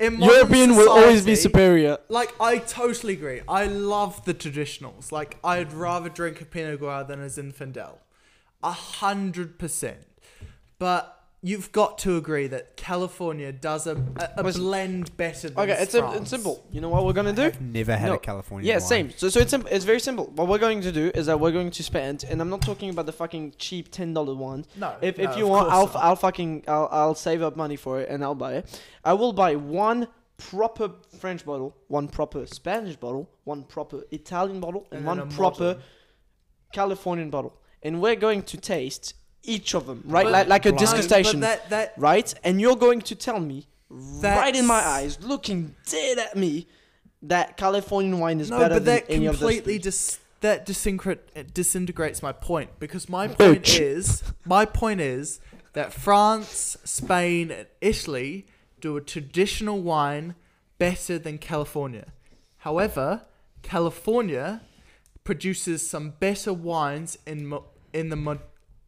A: in modern
B: European will always be
A: society-
B: superior.
A: Like I totally agree. I love the traditionals. Like I'd rather drink a Pinot Noir than a Zinfandel, a hundred percent. But you've got to agree that California does a, a, a
B: Listen.
A: blend better. Than
B: Okay, it's,
A: France.
B: it's simple. You know what we're gonna do?
C: I've never had
B: No.
C: a California.
B: Yeah,
C: wine.
B: same. So, so it's simple. It's very simple. What we're going to do is that we're going to spend, and I'm not talking about the fucking cheap ten dollar one.
A: No,
B: If,
A: no,
B: if you
A: of
B: want,
A: course
B: I'll,
A: not.
B: I'll fucking I'll, I'll save up money for it and I'll buy it. I will buy one proper French bottle, one proper Spanish bottle, one proper Italian bottle, and,
A: And then
B: one
A: a
B: proper
A: modern.
B: Californian bottle, and we're going to taste each of them, right?
A: But-
B: like like a
A: No,
B: disgustation,
A: But that that
B: right? And you're going to tell me, right in my
A: That's-
B: eyes, looking dead at me, that Californian wine is
A: no,
B: better
A: but
B: than
A: that
B: any of those.
A: completely
B: three.
A: dis that disintegr- it disintegrates my point because my point
B: Bitch.
A: is my point is that France, Spain, and Italy do a traditional wine better than California. However, California produces some better wines in mo- in the mo-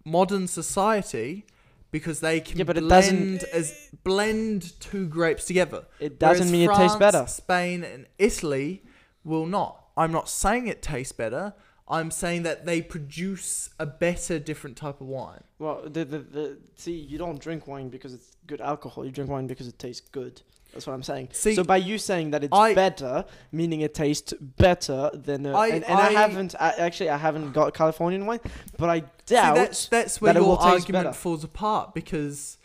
A: modern society because they can
B: Yeah, but it
A: blend
B: doesn't-
A: as blend two grapes together.
B: It doesn't
A: Whereas
B: mean it tastes
A: France,
B: better.
A: Spain and Italy will not. I'm not saying it tastes better. I'm saying that they produce a better, different type of wine.
B: Well, the, the, the see, you don't drink wine because it's good alcohol. You drink wine because it tastes good. That's what I'm saying.
A: See,
B: so by you saying that it's
A: I-
B: better, meaning it tastes better than, a,
A: I-
B: and, and I,
A: I-
B: haven't I, actually I haven't got Californian wine, but I
A: See,
B: doubt.
A: that's that's where
B: that it will
A: your
B: taste
A: argument
B: better.
A: falls apart because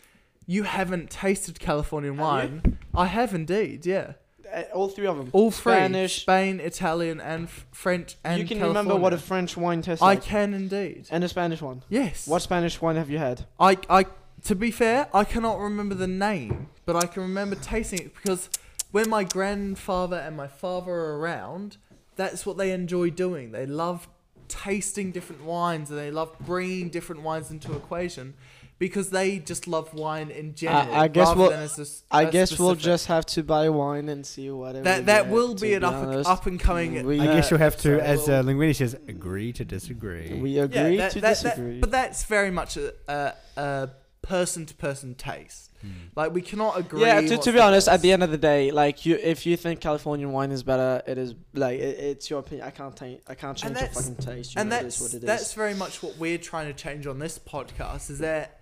A: you haven't tasted Californian
B: Have
A: wine. I have indeed, yeah.
B: uh, all three of them.
A: All three:
B: Spanish.
A: Spain, Italian, and f- French. And
B: you can
A: California.
B: remember what a French wine tastes
A: I
B: like
A: can indeed.
B: and a Spanish one.
A: Yes.
B: What Spanish wine have you had?
A: I I to be fair, I cannot remember the name, but I can remember tasting it because when my grandfather and my father are around, that's what they enjoy doing. They love tasting different wines and they love bringing different wines into equation because they just love wine in general.
B: I guess
A: rather
B: we'll-
A: than as a s-
B: I
A: a
B: guess we'll
A: specific.
B: just have to buy wine and see what. it
A: that
B: we
A: that
B: get,
A: will
B: to
A: be an up,
B: honest.
A: up and coming.
B: We-
C: I
A: uh,
C: guess you'll have to,
A: so
C: as
A: we'll-
C: uh, Linguini says, agree to disagree.
B: We
A: Yeah,
B: agree
A: that-
B: to
A: that- that-
B: disagree.
A: but that's very much a- a a person to person taste.
C: Hmm.
A: Like we cannot agree.
B: yeah, to,
A: what's
B: to be
A: the
B: honest, at
A: best.
B: the end of the day, like you, if you think Californian wine is better, it is like it, it's your opinion. I can't ta- I can't change your
A: that's-
B: fucking taste. You
A: and
B: know,
A: that's
B: it is what it is.
A: that's very much what we're trying to change on this podcast is that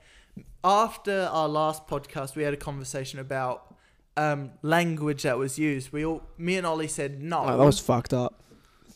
A: after our last podcast we had a conversation about um, language that was used we all me and ollie said no
B: Oh, that was fucked up.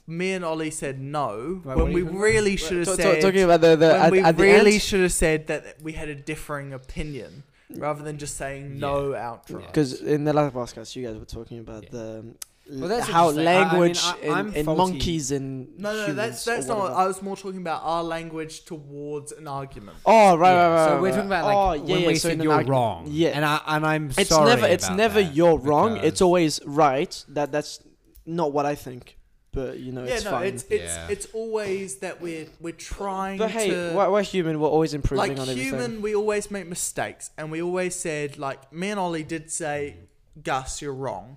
A: me and ollie said no
C: Wait, what
A: when
C: are
A: we
C: you-
A: really should have
B: Ta- ta-
A: said
B: talking about the, the
A: when
B: at,
A: we
B: at the
A: really
B: end,
A: should have said that we had a differing opinion rather than just saying no outright
C: Yeah.
B: because in the last podcast you guys were talking about
C: Yeah.
B: the um,
C: Well,
B: l-
C: that's
B: how
C: interesting. I- I mean,
B: language
C: I-
B: in-
C: I'm
B: in,
C: faulty.
B: monkeys and
A: no no that's
B: humans or
A: that's not what,
B: whatever.
A: i was more talking about our language towards an argument
B: Oh right,
C: Yeah,
B: right, right.
C: so
B: right,
C: we're
B: right.
C: talking about like
B: oh, yeah,
C: when
B: yeah,
C: we
B: so in
C: said
B: an
C: you're
B: argu-
C: wrong.
B: Yeah,
C: and I and I'm
B: it's
C: sorry.
B: never it's
C: about
B: never
C: that,
B: you're wrong.
C: because-
B: It's always right. That that's not what I think. But you know,
A: yeah,
B: it's
A: no,
B: fine.
A: it's it's
C: Yeah.
A: it's always that we're we're trying
B: But hey,
A: to
B: we're, we're human. We're always improving
A: like
B: on everything.
A: human. We always make mistakes, and we always said like me and Ollie did say, Gus, you're wrong.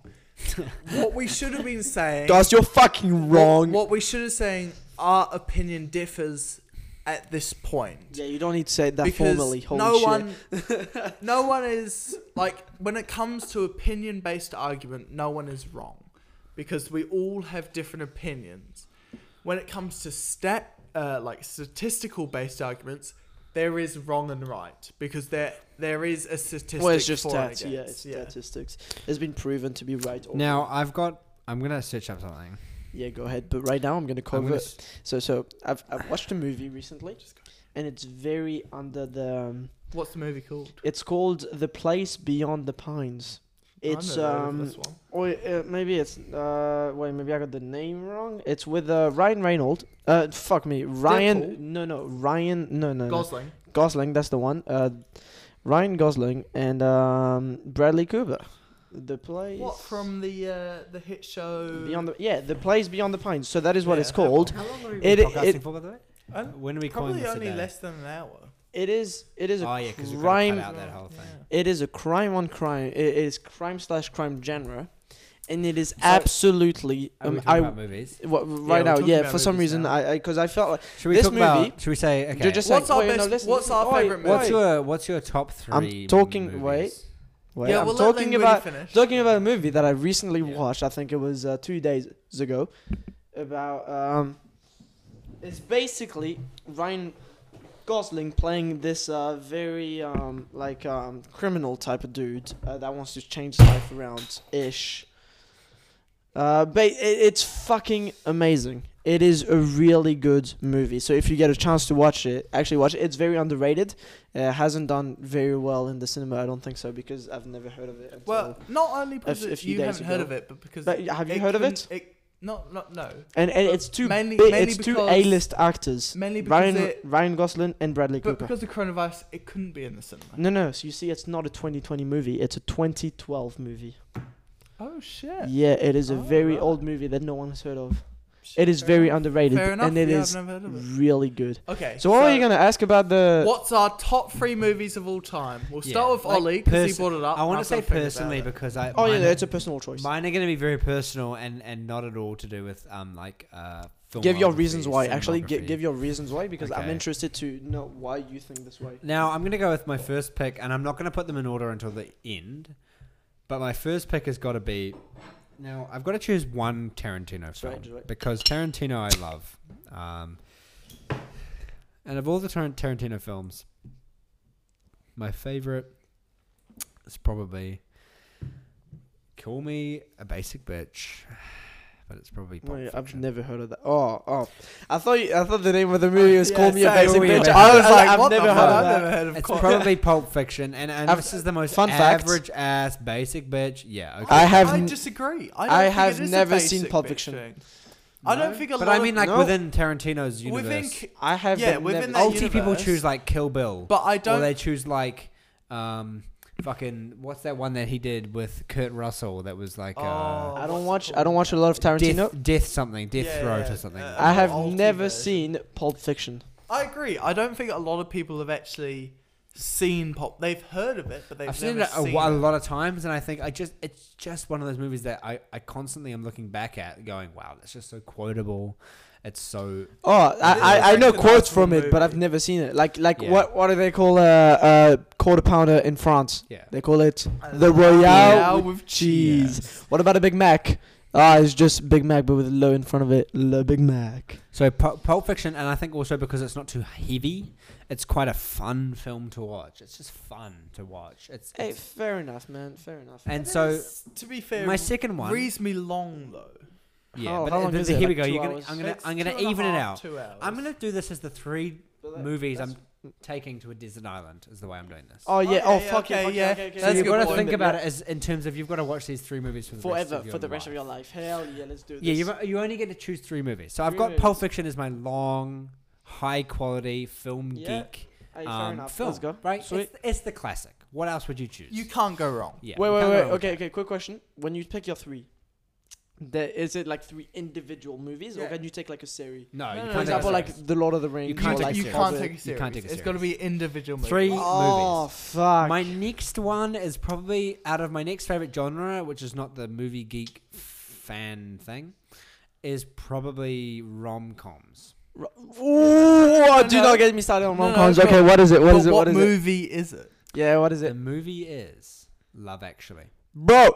A: what we should have been saying,
B: Guys, you're fucking wrong.
A: What, what we should have saying, our opinion differs at this point.
B: Yeah, you don't need to say that
A: because
B: formally. Holy
A: no
B: shit.
A: one, no one is like when it comes to opinion-based argument, no one is wrong, because we all have different opinions. When it comes to stat, uh, like statistical-based arguments, there is wrong and right because there there is a statistic.
B: well, it's just
A: for and
B: stats. Yeah,
A: against,
B: it's statistics. It's been proven to be right. Or
C: Now
B: wrong.
C: I've got. I'm gonna search up something. I'm
B: yeah, go ahead. But right now, I'm gonna
C: gonna
B: cover.
C: s-
B: So, so I've, I've watched a movie recently, and it's very under the. Um,
A: What's the movie called?
B: it's called The Place Beyond the Pines.
A: I
B: It's
A: know of
B: um,
A: this one.
B: Or uh, maybe it's uh wait maybe I got the name wrong. It's with uh, Ryan Reynolds. Uh fuck me Ryan
A: Deadpool?
B: no no Ryan no no, no.
A: Gosling.
B: Gosling that's the one. Uh, Ryan Gosling and um Bradley Cooper. The place
A: What from the uh, the hit show?
B: beyond the yeah the place beyond the pines. So that is what
A: Yeah,
B: it's
A: that one.
B: called.
C: How long are we
B: It-
C: it,
B: it-
C: podcasting for, by the way?
A: Um,
C: When are we calling
A: Probably
C: this
A: only
C: a day?
A: less than an hour.
B: It is it is a
C: oh yeah, because we've got to
B: crime.
C: cut out that whole thing.
B: It is a crime on crime. It is crime slash crime genre, and it is
A: So-
B: absolutely
C: Are we
B: um
C: talking
B: I.
C: about movies?
B: What, right
A: we're
B: now,
A: talking
B: yeah.
A: about
B: For some
A: movies
B: reason,
A: now.
B: I because I, felt like
C: Should we
B: this
C: talk about?
B: movie-
C: Should we say okay?
B: You're just
A: What's
B: saying,
A: our
B: wait, no,
A: best-
B: listen,
A: what's
B: listen.
A: our
B: Oi,
A: favourite
C: what's
A: movie?
B: wait,
C: your What's your top
B: I'm
C: three?
B: talking-
C: Movies?
B: wait. wait,
A: yeah,
B: I'm
A: we'll let
B: talking
A: Linguini
B: about
A: finish.
B: talking about a movie that I recently
C: Yeah.
B: watched. I think it was uh, two days ago. About um, it's basically Ryan Gosling playing this uh, very um like um criminal type of dude uh, that wants to change his life around ish. Uh, ba- it, it's fucking amazing. It is a really good movie. So if you get a chance to watch it, actually watch it. It's very underrated. It hasn't done very well in the cinema. I don't think so because I've never heard of it. Until
A: Well, not only because
B: a
A: it-
B: few
A: you
B: days
A: haven't heard
B: ago.
A: of it, but because
B: But have you heard of it?
A: it not, not no.
B: and, and it's two
A: mainly-
B: bi-
A: mainly
B: it's two
A: because-
B: A-list actors.
A: Mainly because
B: Ryan
A: it,
B: Ryan Gosling and Bradley
A: but
B: Cooper.
A: because of coronavirus, it couldn't be in the cinema.
B: No, no. So you see, it's not a 2020 movie. It's a 2012 movie.
A: Oh shit!
B: Yeah, it is a
A: Oh,
B: very
A: right.
B: old movie that no one has heard of. It is very underrated,
A: Fair enough.
B: and it
A: yeah,
B: is
A: I've never heard of it.
B: really good.
A: Okay.
B: So, what are you gonna ask about the?
A: What's our top three movies of all time? We'll start
C: Yeah.
A: with Ollie because he
C: perso-
A: brought it up.
C: I
A: and
C: want to
A: I've
C: say
A: got think about
C: personally
A: it.
C: because I.
B: Oh yeah,
C: mine-
B: no, it's a personal choice.
C: Mine are going to be very personal and and not at all to do with um like uh.
B: give your reasons why. Actually, gi-
C: give
B: give your reasons why because I'm
C: Okay.
B: interested to know why you think this way.
C: Now I'm gonna go with my first pick, and I'm not gonna put them in order until the end. But my first pick has got to be. Now I've got to choose one Tarantino film
B: right, right.
C: because Tarantino I love, um, and of all the Tar- Tarantino films, my favorite is probably. Call me a basic bitch, but it's probably. Pulp
B: Wait, I've
C: Fiction.
B: never heard of that.
D: Oh, oh. I thought you, I thought the name of the movie was called Me a
A: Yeah,
D: Basic
A: same.
C: Call Me a
D: Bitch.
C: Basic
D: I was
A: Bitch.
D: like,
A: I've
D: what the
A: never
D: fuck?
A: heard of that. I've never heard of
C: It's
A: Call Me-
C: probably Pulp Fiction, and, and
D: I've-
C: this is the most
D: fun fact.
C: average ass basic bitch. Yeah, okay.
D: I have
A: I
D: n-
A: disagree. I, don't
D: I
A: think
D: have
A: it is a
D: never seen
A: basic
D: Pulp
A: bitch
D: Fiction.
A: thing. I don't
C: No?
A: think a
C: But
A: lot
C: I mean,
A: of,
C: like
D: No.
C: within Tarantino's
A: within,
C: universe,
A: ki-
D: I have
A: Yeah,
D: been
A: within
D: never-
B: Oh,
A: that
C: ulti people
A: universe-
C: choose like Kill Bill,
A: but I
C: or
A: don't.
C: they choose like, um, fucking what's that one that he did with Kurt Russell that was like,
A: Oh,
C: uh,
B: I don't
A: what's
B: watch.
A: it
B: I
A: called?
B: don't watch a lot of Tarantino.
C: death, death something, Death
A: Yeah,
C: Throat
A: yeah,
C: or something.
A: uh,
B: I have
A: Ulti
B: never
A: version.
B: seen Pulp Fiction.
A: I agree. I don't think a lot of people have actually seen Pop. They've heard of it, but they've
C: I've seen
A: never
C: it a,
A: seen
C: wa- a
A: it.
C: lot of times, and I think I just it's just one of those movies that I, I constantly am looking back at, going, "Wow, that's just so quotable." It's so
B: Oh, I,
A: is
B: I, I
A: like
B: know
A: the
B: quotes
A: Nazgul
B: from it, but I've
A: movie.
B: never seen it. Like like
C: Yeah.
B: what what do they call a uh, uh, quarter pounder in France?
C: yeah.
B: They call it
A: I
B: the
A: love
B: Royale
A: Uh, Royale
B: with,
A: with
B: cheese. What about a Big Mac? Ah, it's just Big Mac, but with low in front of it. Le Big Mac.
C: So Pul- Pulp Fiction, and I think also because it's not too heavy, it's quite a fun film to watch. It's just fun to watch. It's,
B: Hey,
C: it's-
B: fair enough, man. Fair enough.
C: and
A: It
C: so
A: is, to be fair,
C: my second one,
A: reasonably long though.
C: yeah.
B: How-
C: but
B: Oh, how
C: it-
B: long
C: but
B: is
C: here
B: it?
C: we
B: Like
C: go.
B: two
C: You're gonna,
B: hours?
C: I'm gonna,
A: It's
C: I'm gonna
A: two and a
C: even it
A: half,
C: out.
A: Two hours.
C: I'm gonna do this as the three
B: that-
C: movies I'm
B: that's-
C: taking to a desert island. Is the way I'm doing this.
B: oh yeah.
A: yeah,
B: Oh
A: yeah,
B: fuck yeah.
A: okay,
B: fuck
A: yeah.
B: Okay, okay,
C: so
A: that's a
C: you've
A: good
C: got to
A: point.
C: think about it as in terms of you've got to watch these three movies for the rest
B: forever
C: of your
B: for the
C: life.
B: rest of your life. Hell yeah, let's do this.
C: Yeah, you you only get to choose three movies. So I've
B: Three
C: got Pulp
B: movies.
C: Fiction as my long, high quality film
B: Yeah.
C: geek
B: Hey, fair
C: um,
B: enough.
C: film.
B: Let's go.
C: Right?
B: Sweet.
C: It's, it's the classic. What else would you choose?
A: You can't go wrong.
C: yeah.
B: wait,
C: you
B: wait,
C: can't go
B: wait.
C: wrong with
B: Okay, okay. Quick question. When you pick your three, there, is it like three individual movies, or
A: Yeah.
B: can you take like a series?
C: that. No,
A: No,
C: Uh, you
A: no,
C: can't.
B: For
A: no,
C: take
B: example,
C: a
B: like
C: series.
B: The Lord of the Rings.
C: You can't
B: or,
C: take
B: like
A: you
C: a
A: can't
B: Hobbit.
A: take a
C: You
A: serious.
C: can't take a
A: It's got to be individual. movies.
C: Three
B: Oh fuck!
C: My next one is probably out of my next favorite genre, which is not the movie geek fan thing, is probably rom coms.
B: Ro- Ooh,
A: No,
B: do
A: no.
B: not get me started on
A: No, no,
B: rom coms.
A: no.
B: okay, what is it? What
A: But
B: is it?
A: what
B: What is it?
A: movie is it?
B: Yeah, what is
C: The
B: it,
C: movie is Love Actually.
B: bro?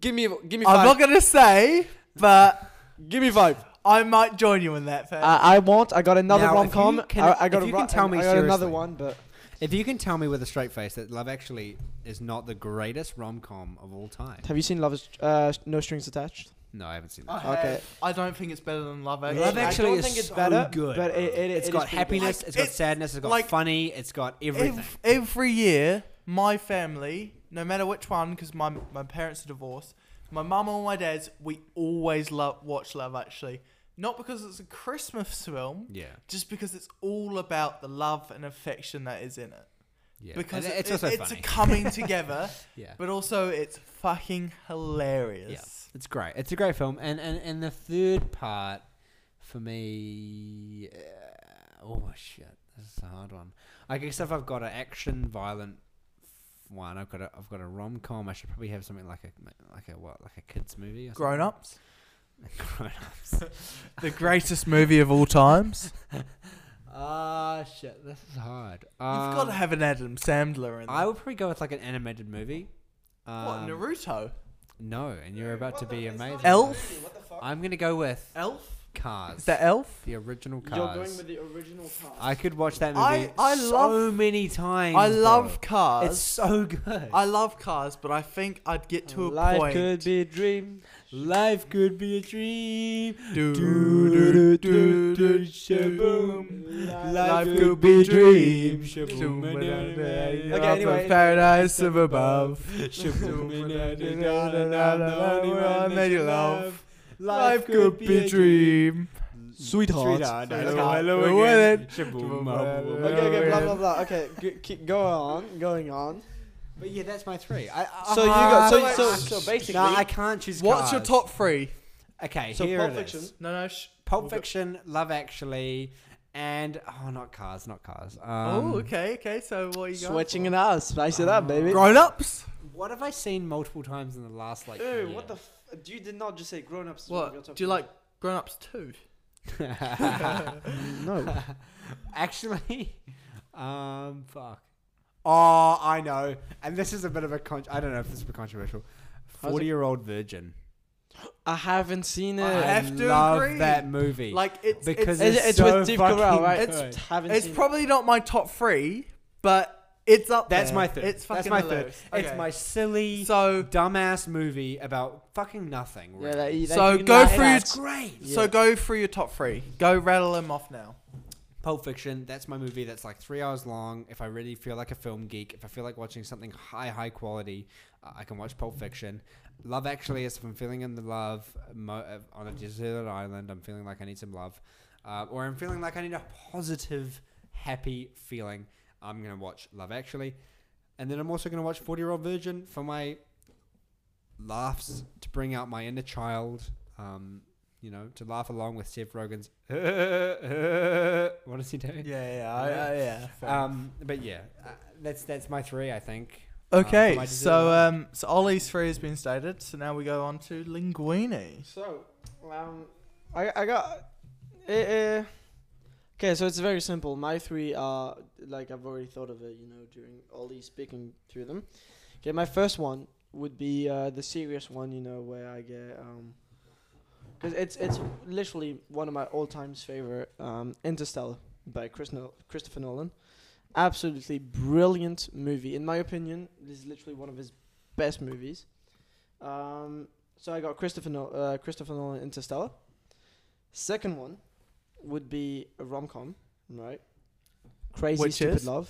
B: Give me, give me
A: I'm
B: five.
A: not gonna say, but
B: give me five.
A: I might join you in that.
C: Uh,
A: Fair.
B: I, I won't. I got another
C: Now, if
B: rom com.
C: you can-
B: I, I got
C: if
B: a
C: you
B: ro-
C: can tell me
B: I got another
C: seriously.
B: one, but
C: If you can tell me with a straight face that Love Actually is not the greatest rom com of all time.
B: have you seen Love is uh, No Strings Attached?
C: No, I haven't seen that.
A: I have-
B: okay.
A: I don't think it's better than Love Actually.
C: Love
B: I
C: Actually
B: don't
C: is
B: think it's
C: so
B: better,
C: good.
B: but it- it-
C: has
B: it
C: got
B: is pretty good.
C: happiness,
A: Like,
C: it's got
A: it's
C: sadness, it's got
A: like-
C: funny, it's got everything.
A: Ev- every year, my family, no matter which one, because my my parents are divorced, my mum or my dad's, we always love watch Love Actually. Not because it's a Christmas film,
C: yeah,
A: just because it's all about the love and affection that is in it.
C: yeah.
A: Because
C: And
A: it-
C: it's
A: it-
C: also
A: it's
C: funny.
A: a coming together,
C: yeah.
A: but also it's fucking
C: Yeah,
A: hilarious.
C: it's great. It's a great film, and and, and the third part for me, uh, oh shit, this is a hard one. I guess if I've got an action violent f- one, I've got a I've got a rom com. I should probably have something like a like a what like a kids movie. Or something.
A: Grown ups,
C: Grown ups.
A: the greatest movie of all times.
C: Ah shit, this is hard.
A: You've got to
C: Um,
A: have an Adam Sandler in.
C: I
A: there.
C: would probably go with like an animated movie.
A: what
C: Um,
A: Naruto,
C: No, and you're about to be amazing.
A: Elf,
C: I'm gonna go with
A: Elf.
C: Cars.
A: Is that Elf?
C: the original Cars.
B: You're going with the original cast.
C: I could watch that movie
A: I- I
C: so
A: love-
C: many times.
A: I
C: bro.
A: love cars.
C: It's so good.
A: I love cars, but I think I'd get to a
B: Life
A: point.
B: could be a dream.
C: Life could be a dream.
A: Do,
C: do, do, do, do, shaboom.
A: shaboom.
C: Life could be a dream. Shaboom.
A: Okay,
B: Okay, anyway.
A: Paradise of above. Life could be a dream.
B: Sweetheart. Okay, okay, blah blah blah. Okay, g- keep go on, going on.
C: But yeah, that's my three. I, I,
B: So you got so
A: Uh,
B: so so basically.
C: Nah, I can't choose.
A: What's your
C: Cars.
A: top three?
C: Okay,
B: So
C: here
B: Pulp
C: it
B: Fiction.
C: is.
A: No, no. Sh-
C: Pulp
A: We've got-
C: Fiction, Love Actually, and oh, not Cars, not Cars. Um,
A: oh, okay, okay. So what are you going
D: Switching
A: for?
D: it up, spice it up, baby.
A: Grown ups.
C: What have I seen multiple times in the last like?
B: Ew,
C: year?
B: what the f- You did not just say grown ups. is you're
A: What?
B: talking
A: Do you
B: about.
A: like grown ups too?
D: No.
C: Actually, um, fuck. Oh, I know. And this is a bit of a con- I don't know if this will be controversial.
D: it-
C: Forty-year-old virgin.
D: I haven't seen
A: I
D: it.
A: have to
C: love
A: agree.
C: that movie
A: Like it's
C: because
A: because
D: It's-
C: it's,
D: it's
C: so
D: with Steve
C: fucking
D: Carell, right?
C: good.
B: It's, haven't
A: it's,
B: seen
A: probably not my top three, but it's up
C: That's
A: there.
C: my third.
A: It's
C: That's
A: fucking
C: my third.
A: hilarious.
C: It's
A: Okay.
C: my silly,
A: so
C: dumbass movie about fucking nothing.
D: Yeah,
C: Really.
D: that, that
A: So
D: you can
A: go
D: laugh
A: through
D: at.
A: it.
C: That's great.
A: so go through your top three. Go rattle them off now.
C: Pulp Fiction. That's my movie. That's like three hours long. If I really feel like a film geek, if I feel like watching something high, high quality, uh, I can watch Pulp Fiction. Love Actually is if I'm feeling in the love mo- uh, on a deserted island. I'm feeling like I need some love, uh, or I'm feeling like I need a positive, happy feeling. I'm gonna watch Love Actually, and then I'm also gonna watch Forty Year Old Virgin for my laughs to bring out my inner child. Um, you know, to laugh along with Seth Rogen's. what is he doing?
A: Yeah, yeah,
C: I- I-
A: yeah.
C: Um, but yeah, uh, that's that's my three, I think. Uh,
A: Okay,
C: my dessert
A: so
C: one.
A: um, so Ollie's three has been stated. So now we go on to linguini.
B: So, um,
D: I, I got.
B: eh, eh. okay, so it's very simple. My three are like I've already thought of it, you know, during all these speaking through them. Okay, my first one would be uh, the serious one, you know, where I get um, because it's it's literally one of my all times favorite um, Interstellar by Chris Nol- Christopher Nolan. Absolutely brilliant movie, in my opinion. This is literally one of his best movies. Um, so I got Christopher Nol- uh, Christopher Nolan Interstellar. Second one would be a rom com, right? Crazy
A: Which
B: Stupid
A: is?
B: Love.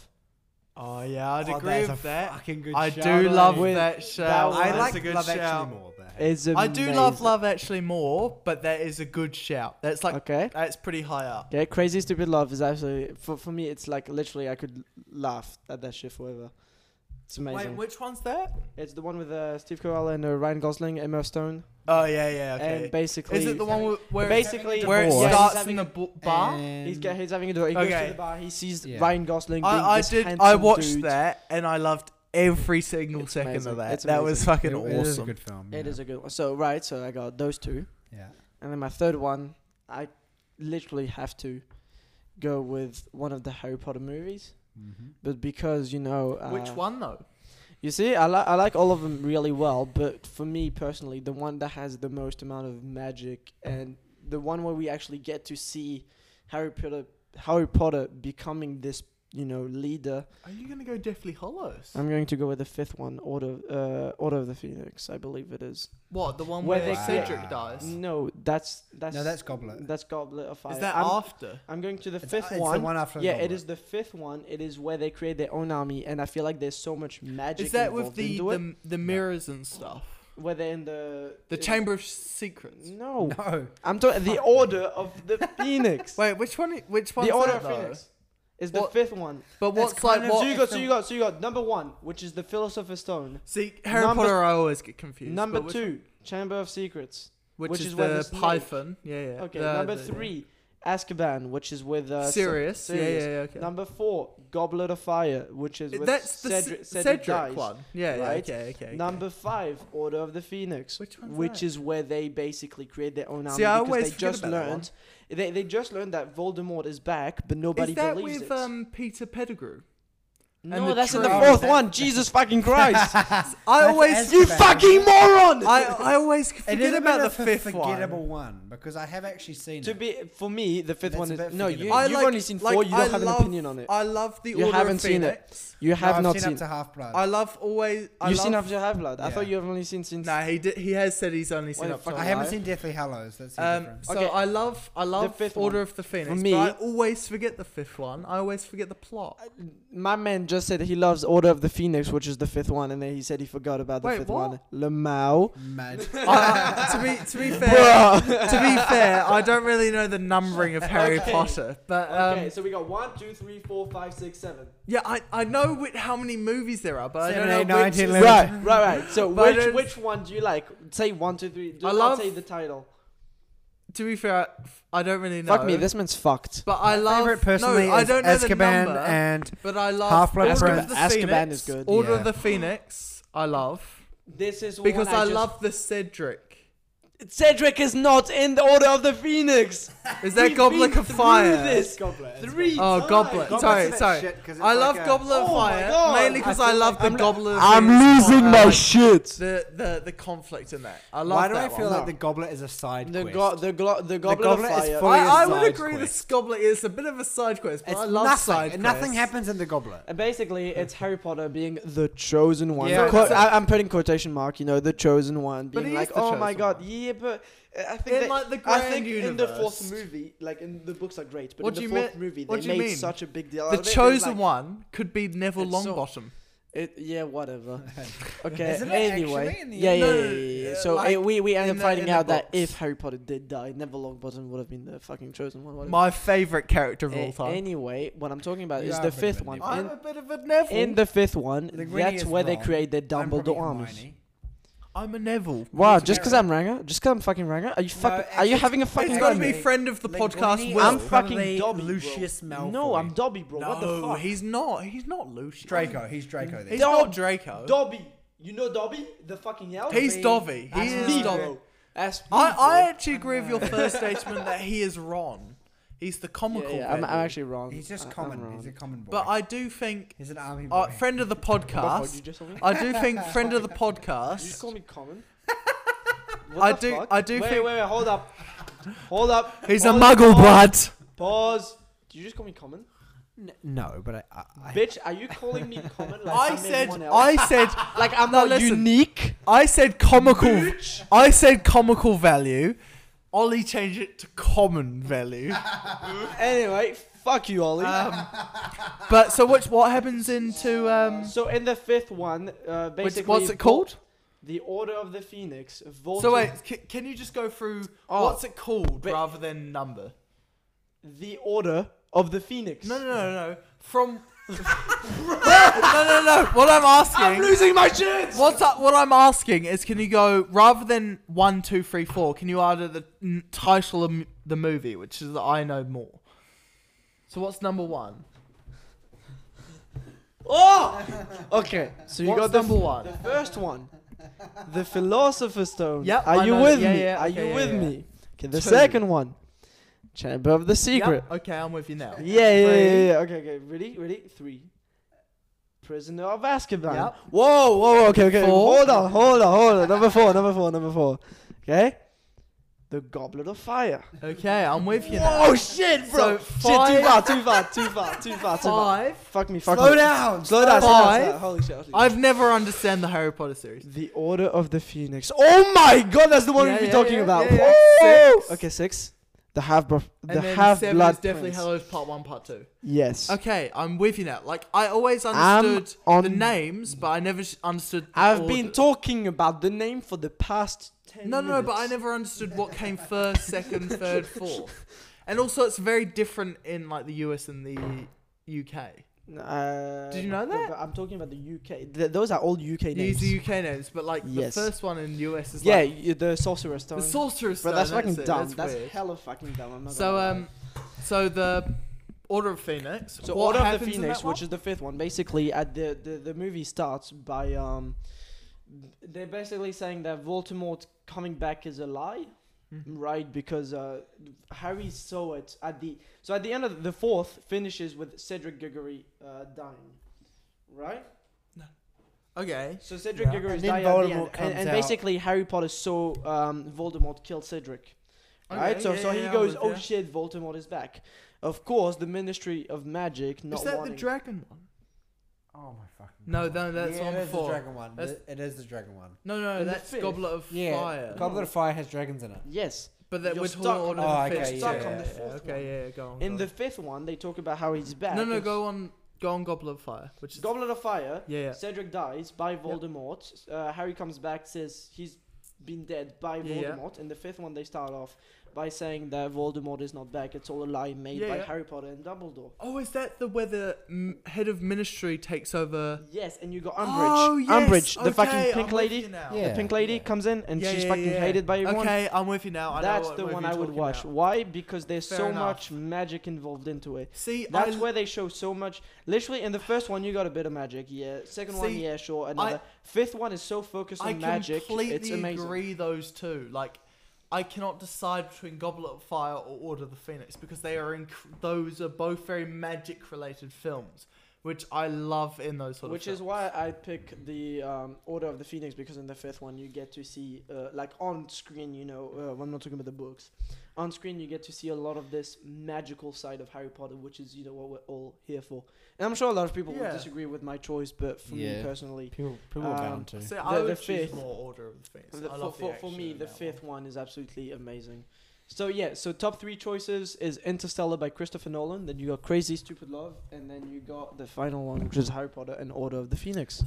A: Oh yeah, I'd
C: Oh,
A: agree
C: that's
A: with
C: a
A: that.
C: Fucking good
A: I
C: shout,
A: do love
C: Ollie.
A: that uh, shout.
B: one-
C: I
A: That's
C: like
A: a good
C: Love
A: shout.
C: Actually more. But
B: Is
A: I do love
B: amazing.
A: Love Actually more, but that is a good shout. That's like
B: Okay.
A: that's pretty high up.
B: Okay, Crazy Stupid Love is actually for for me. It's like literally I could laugh at that shit forever. It's amazing.
A: Wait, which one's that?
B: it's the one with uh, Steve Carell and uh, Ryan Gosling, Emma Stone,
A: Oh yeah, yeah.
B: and
A: Okay.
B: basically
A: Is it the one where, where
B: basically
A: where it
C: Yeah, he's
A: starts
B: having
A: in the
B: a-
A: bu- bar?
B: he's, get, he's having a door. He goes
A: Okay.
B: to the bar. He sees
C: Yeah.
B: Ryan Gosling. Being
A: I, I
B: this
A: did. I
B: handsome
A: watched
B: dude.
A: that, and I loved every single
B: It's
A: second
B: amazing.
A: of that.
B: It's
A: that was
B: amazing.
A: fucking
C: It is a
A: awesome.
C: good film.
B: It is a good one. So right, so I got those two,
C: Yeah.
B: and then my third one, I literally have to go with one of the Harry Potter movies,
C: Mm-hmm.
B: but because you know uh,
A: Which one though?
B: You see, I like I like all of them really well, but for me personally, the one that has the most amount of magic and the one where we actually get to see Harry Potter Harry Potter becoming this you know leader.
A: Are you gonna go Deathly Hollows?
B: I'm going to go with the fifth one, Order uh, Order of the Phoenix, I believe it is.
A: what the one
B: Where
A: where,
B: they um,
A: Cedric
C: create-
A: dies?
B: No, that's that's
C: No, that's Goblet.
B: that's Goblet of Fire.
A: Is that
B: I'm,
A: after?
B: I'm going to the
C: It's-
B: fifth
C: it's
B: one.
C: The one after
B: yeah,
C: the
B: it is the fifth one. It is where they create their own army, and I feel like there's so much magic.
A: Is that with
B: involved
A: the
B: into it,
A: the, the mirrors and stuff?
B: where they're in the
A: The
B: in-
A: Chamber of Secrets.
B: No,
C: No.
B: I'm talking the Order of the Phoenix.
A: Wait, which one? Which one's
B: the Order
A: that
B: of
A: though?
B: Phoenix is the
A: What-
B: fifth one.
A: But
C: That's
A: what's like
C: kind of-
A: what?
B: so you got, so you got, so you got number one, which is the Philosopher's Stone.
A: See, Harry
B: Number-
A: Potter, I always get confused.
B: number
A: but which,
B: two, Chamber of Secrets.
A: which,
B: which
A: is,
B: is where the
A: the
B: snake-
A: Python. Yeah, yeah.
B: Okay,
A: the-
B: number
A: the-
B: three, Azkaban, which is with uh, Se-
A: Sirius. Yeah, yeah,
B: Sirius.
A: yeah. Okay.
B: Number four, Goblet of Fire, which is with
A: That's the
B: Cedric,
A: Cedric,
B: Cedric, Dice.
A: one. Yeah, yeah,
B: right?
A: okay, okay. okay.
B: Number five, Order of the Phoenix,
A: Which one's
B: which
A: that?
B: is where they basically create their own army
A: See, I
B: because
A: always
B: they
A: forget
B: just
A: about that
B: learned they, they just learned that Voldemort is back, but nobody
A: is that
B: believes
A: with
B: it.
A: um Peter Pettigrew?
B: no,
A: the
B: that's in the
A: tree.
B: fourth
A: That-
B: one. Jesus fucking Christ!
A: I always
C: Azkaban.
B: you fucking moron!
A: I, I always
C: It
A: forget
C: is
A: about the
C: a bit of a
A: fifth
C: forgettable
A: one.
C: one. because I have actually seen
B: to
C: it.
B: be for me, the fifth
C: That's
B: one
C: a
B: is
C: bit
B: no. You,
C: forgettable. I
B: you've
A: like-
B: only seen
A: like,
B: four. You don't
A: I
B: have
A: love-
B: an opinion on it.
A: I love the
B: You
A: Order of
B: haven't seen it.
A: Phoenix.
B: you
C: No,
B: have
C: I've
B: not
C: seen,
B: seen.
C: up to half blood.
A: I love always. I
B: You've
A: love,
B: seen After Half Blood. I thought
C: Yeah.
B: you've only seen since.
A: Nah, he did. He has said he's only seen
B: the
A: up.
B: fuck
A: to
C: I
A: half.
C: haven't
B: Live.
C: seen Deathly Hallows. That's the
A: Um,
C: difference.
A: so
B: Okay.
A: I love I love
B: fifth
A: Order
B: one.
A: of the Phoenix,
B: For
A: but
B: me-
A: I always forget the fifth one. I always forget the plot.
B: My man just said he loves Order of the Phoenix, which is the fifth one, and then he said he forgot about the
A: Wait,
B: fifth
A: what?
B: one. Lemao.
C: Mad.
A: I- to be to be fair, to be fair, I don't really know the numbering of Harry
B: Okay.
A: Potter, but um,
B: okay, so we got one, two, three, four, five, six, seven.
A: yeah, I I know wh- how many movies there are, but
C: Seven,
A: I don't
C: eight,
A: know
C: nine,
A: which
C: ten,
A: is-
B: Right,
C: eleven.
B: right, right. So
A: But
B: which
A: it's-
B: which one do you like? Say one, two, three. Do
A: I
B: not
A: love-
B: say the title.
A: to be fair, I- I don't really know.
B: Fuck me, this man's fucked.
A: But I love.
E: favorite personally
A: no, I don't know
E: is Azkaban
A: the number,
E: and
A: but I love
E: Half-Blood
A: Order
E: Prince.
A: of the
B: Azkaban
A: Phoenix.
B: is good.
A: Order
E: Yeah.
A: of the Phoenix, I love
B: This is
A: because I, love the Cedric.
B: Cedric is not in the Order of the Phoenix.
A: Is
B: We've
A: that
B: been
A: Goblet of
B: through
A: Fire?
B: this three.
A: Oh,
B: times.
A: Goblet.
E: Goblet's
A: sorry,
E: a bit
A: sorry.
E: shit 'cause it's
A: I
E: like
A: love
E: a-
A: Goblet of
B: Oh my
A: Fire
B: God.
A: mainly because I, love the Goblet. Of Oh,
D: I'm
A: Phoenix
D: losing
A: plot. I
D: my
A: like
D: shit.
A: The, the the conflict in that. I love
C: Why do I
A: that
C: feel
A: one.
C: like the goblet is a side
B: The,
C: quest?
B: go- the, glo- the Goblet,
C: Goblet
B: of
C: is
B: Fire.
C: full- Probably a
A: I, I would
C: side
A: agree this
C: quest.
A: goblet is a bit of a side quest, but
C: it's
A: I love
C: nothing.
A: side quests.
C: nothing happens in the goblet.
B: And basically, it's Harry Potter being the chosen one.
A: Yeah,
B: Quote-
A: that's it.
B: I, am putting quotation mark, you know, the chosen one,
A: But
B: being
A: he is
B: like,
A: the
B: "Oh my
A: chosen
B: god,
A: one.
B: yeah." But uh, I think
A: In
B: that,
A: like the
B: I
A: grand
B: think
A: universe.
B: in the fourth movie, like in the books are great, but
A: What do
B: in
A: you
B: the fourth
A: mean-
B: movie
A: what
B: they
A: do you
B: made
A: mean?
B: such a big deal. out
A: The
B: of it. It was
A: chosen
B: like-
A: one could be Neville
B: It's so-
A: Longbottom.
B: It, yeah, whatever. Okay.
E: Isn't it
B: anyway,
E: actually in the
B: yeah,
E: end?
B: yeah,
A: No,
B: yeah, yeah, yeah.
A: uh,
B: So
A: like,
B: uh, we we end
A: in
B: up
A: the- in
B: finding
A: the
B: out that
A: books.
B: if Harry Potter did die, Neville Longbottom would have been the fucking chosen one. Whatever.
A: My favorite character of
B: A-
A: all time.
B: Anyway, what I'm talking about
C: You
B: is
C: are
B: the
C: pretty
B: fifth
C: good,
B: one.
C: Neville.
A: I'm
B: In,
A: a bit of a Neville.
B: in the fifth one,
E: The Greenie
B: that's
E: is
B: where they
E: wrong.
B: create their
E: I'm probably
B: Dumbledore arms.
E: Hermione.
A: I'm a Neville.
B: Wow,
E: He's
B: just because
E: Harry.
B: I'm Ranga, just because I'm fucking Ranga, are you fucking? are
E: actually,
B: you having a
E: it's
A: It's
B: fucking
A: got to
B: gun?
A: be
E: Linguini-
A: friend of the podcast.
E: Linguini
A: Will.
B: I'm
E: is
B: fucking
E: probably
B: Dobby, bro.
E: Lucius Malfoy.
B: No, I'm Dobby, bro.
A: no,
B: what the fuck?
A: he's not. He's not Lucius.
E: Draco. He's Draco. Then.
A: He's
B: Dob-
A: not Draco.
B: Dobby. You know Dobby, the fucking elf.
A: he's Dobby. He
B: That's
A: is
B: me,
A: Dobby.
B: bro. That's me,
A: I, I
B: bro.
A: actually agree with your first statement that he is Ron. He's the comical.
B: Yeah, yeah, I'm,
A: Neville.
B: I'm actually wrong.
E: He's just
B: I- I'm
E: common.
B: wrong.
E: He's a common boy.
A: But I do think,
E: he's an army boy.
A: uh, friend of the
B: What the fuck, you
A: podcast.
B: just told me?
A: I do think friend of the
B: You just
A: podcast.
B: call me common.
A: I
B: What the
A: do-
B: fuck?
A: I do
B: Wait,
A: think-
B: wait, wait. Hold up. Hold up.
A: He's a
B: Pause,
A: muggle,
B: Pause.
A: bud.
B: Pause. Did you just call me common?
C: N- no, but I, I, I
B: Bitch, are you calling me common? Like
A: I
B: I'm
A: said,
B: everyone else?
A: I said,
B: like I'm
A: No,
B: not
A: listen.
B: unique.
A: I said comical. I said comical value. Ollie changed it to common value.
B: Anyway, fuck you, Ollie.
A: Um, but so what's what happens into um?
B: So in the fifth one, uh,
A: What's,
B: basically,
A: what's it called?
B: The Order of the Phoenix. Vulture,
A: So wait, c- can you just go through
B: Oh,
A: what's it called
B: but-
A: rather than number?
B: the Order of the Phoenix.
A: No, no, no, no. From no, no, no. What I'm asking.
B: I'm losing my shit.
A: What's up? What I'm asking is, can you go rather than one, two, three, four? Can you add the n- title of m- the movie, which is I Know More? So what's number one?
B: Oh. Okay. So you
A: what's
B: got the,
A: number one?
B: the first one, the Philosopher's Stone.
A: Yep,
B: Are
A: I
B: you
A: know-
B: with
A: yeah,
B: me?
A: yeah,
B: Are
A: okay,
B: you
A: yeah,
B: with
A: yeah.
B: me? Okay. The
A: Two.
B: second one, Chamber of the Secret.
A: Yep, okay, I'm with you now.
B: Yeah, yeah,
A: Three.
B: yeah, yeah, yeah. Okay, okay. Ready, ready. Three. Prisoner of Azkaban.
A: Yep.
B: Whoa, whoa, whoa. Okay, okay.
A: Four.
B: Hold on, hold on, hold on. Number four, number four, number four. Okay. The Goblet of Fire.
A: Okay, I'm with you now.
B: Oh shit,
A: So
B: bro. shit,
A: five-
B: too far, too far, too far, too far, too far.
A: Five.
B: Fuck me, fuck
E: Slow
B: me.
E: down.
B: Slow down, slow down,
A: Five.
B: slow down. Holy shit. Holy shit.
A: I've never understand the Harry Potter series.
B: The Order of the Phoenix. Oh my god, that's the one
A: Yeah,
B: we've been
A: yeah,
B: talking
A: yeah,
B: about.
A: yeah, yeah.
B: Woo!
A: Six.
B: Okay, six. The half, bro- the
A: And then
B: half
A: seven is
B: blood.
A: definitely
B: Prince.
A: Hallows Part One, Part Two.
B: Yes.
A: Okay, I'm with you now. Like I always
B: I'm
A: understood
B: on-
A: the names, but I never sh- understood. the
B: I've been
A: order.
B: talking about the name for the past 10
A: No, no, no, but I
B: minutes.
A: never understood what came first, second, third, fourth. And also, it's very different in like the US and the UK.
B: Uh,
A: Did you know
B: no,
A: that?
B: but I'm talking about the UK. Th- those are all UK
A: You
B: names.
A: use the UK names, but like
B: Yes.
A: the first one in US is
B: yeah,
A: like
B: you- the Sorcerer's Stone.
A: the Sorcerer's
B: Bro,
A: Stone.
B: that's fucking
A: it,
B: dumb.
A: That's,
B: That's,
A: weird.
B: hella fucking dumb. I'm not
A: So
B: gonna lie.
A: um, so the Order of Phoenix.
B: So
A: what
B: Order of the
A: happens in
B: Phoenix,
A: that one?
B: which is the fifth one, basically at the, the the movie starts by um, they're basically saying that Voldemort coming back is a lie,
A: Mm-hmm.
B: right? Because uh, Harry saw it at the so at the end of the fourth finishes with Cedric Diggory uh, dying, right?
A: okay.
B: So Cedric
A: Yeah.
B: Diggory
E: And
B: is
E: then
B: dying at the
E: Voldemort
B: end,
E: comes
B: and, and
E: out.
B: basically Harry Potter saw um, Voldemort kill Cedric.
A: Okay,
B: right, so
A: yeah,
B: so
A: yeah,
B: he
A: yeah, I'm
B: goes,
A: with
B: "Oh
A: ya.
B: shit, Voldemort is back." Of course, the Ministry of Magic not
A: Is that the
B: wanting-
A: dragon one?
E: Oh my fucking.
A: No,
E: God.
A: no, that's
E: yeah,
A: one
E: it is
A: before.
E: the dragon one.
A: That's-
E: It is the dragon one.
A: No, no,
B: In the
A: that's
B: fifth?
A: Goblet of
E: Yeah,
A: Fire.
E: Goblet of Fire has dragons in it.
B: Yes.
A: But that
B: You're
A: we're talking
B: stuck
A: Order
E: on-
A: of
E: Oh,
A: the
E: okay,
A: Phoenix.
E: yeah, Stuck on
B: the yeah, yeah. fourth
A: Okay, yeah, yeah, go on.
B: In
A: go
B: the
A: on.
B: fifth one, they talk about how he's back.
A: no, no,
B: It's
A: go on, go on, Goblet of Fire, which is
B: Goblet of Fire.
A: yeah, yeah.
B: Cedric dies by Voldemort. Uh, Harry comes back, says he's been dead by
A: Yeah, yeah.
B: Voldemort. In the fifth one, they start off by saying that Voldemort is not back. It's all a lie made
A: Yeah,
B: by
A: yeah.
B: Harry Potter and Dumbledore.
A: Oh, is that the where the mm, head of ministry takes over?
B: Yes, and you got Umbridge.
A: Oh, yes,
B: Umbridge, the
A: okay,
B: fucking
A: I'm
B: pink
A: with you
B: lady.
A: now.
E: Yeah.
B: The pink lady comes in and
A: Yeah,
B: she's
A: yeah,
B: fucking
A: yeah.
B: hated by everyone.
A: Okay, I'm with you now. I
B: That's
A: know what
B: the
A: movie
B: one
A: you're
B: I would
A: talking
B: watch.
A: about.
B: Why? Because there's
A: Fair
B: so
A: enough.
B: much magic involved into it.
A: See,
B: That's
A: I,
B: where they show so much. Literally, in the first one, you got a bit of magic, yeah. Second one,
A: See,
B: yeah, sure. Another. Fifth one is so focused on
A: I
B: magic.
A: completely
B: It's amazing.
A: agree those two. Like, I cannot decide between Goblet of Fire or Order of the Phoenix because they are in, those are both very magic related films, which I love in those sort
B: Which
A: of.
B: is why I pick the um, Order of the Phoenix because in the fifth one you get to see, uh, like on screen, you know, uh, I'm not talking about the books. On screen you get to see a lot of this magical side of Harry Potter, which is you know what we're all here for. And I'm sure a lot of people
A: Yeah.
B: will disagree with my choice, but for
C: Yeah.
B: me personally,
E: People,
B: people are Um, bound
E: to.
A: See,
B: The-
A: I
B: the
A: would choose
B: fifth-
A: more Order of the Phoenix.
B: the-
A: I
B: for,
A: love
B: for,
A: the
B: for
A: action
B: me
A: in
B: the
A: that
B: fifth one is absolutely amazing. So yeah, so top three choices is Interstellar by Christopher Nolan. Then you got Crazy Stupid Love, and then you got the final one, which is Harry Potter and Order of the Phoenix.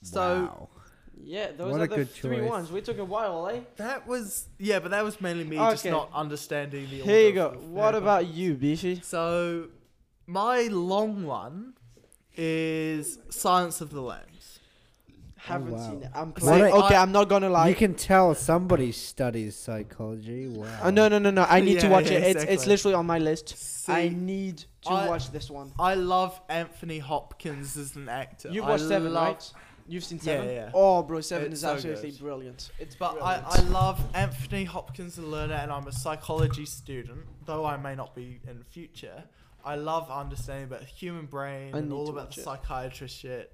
A: So-
C: wow.
B: Yeah, those
C: What
B: are
C: a
B: the
C: good
B: three
C: choice.
B: ones. We took a while, eh?
A: That was yeah, but that was mainly me just
B: Okay.
A: not understanding the.
B: Here you
A: order
B: go.
A: of-
B: What about you, Beefy?
A: So, my long one is Silence of the Lambs.
B: Haven't
E: wow.
B: seen it. I'm
A: What
B: playing.
A: a-
B: Okay,
A: I-
B: I'm not gonna lie.
E: you can tell somebody studies psychology. Wow.
B: Oh, no, no, no, no. I need to
A: Yeah,
B: watch
A: yeah,
B: it. It's it's
A: exactly.
B: literally on my list. I
A: See,
B: need to
A: I-
B: watch this one.
A: I love Anthony Hopkins as an actor.
B: You've
A: I
B: watched seven,
A: love-
B: right? You've seen
A: Yeah,
B: seven.
A: yeah.
B: Oh, bro, seven
A: It's
B: is
A: so
B: absolutely
A: good.
B: brilliant. It's
A: But I, I love Anthony Hopkins, the learner, and I'm a psychology student, though I may not be in the future. I love understanding about the human brain
B: I
A: and
B: need
A: all
B: to
A: about
B: watch
A: the
B: it.
A: psychiatrist shit.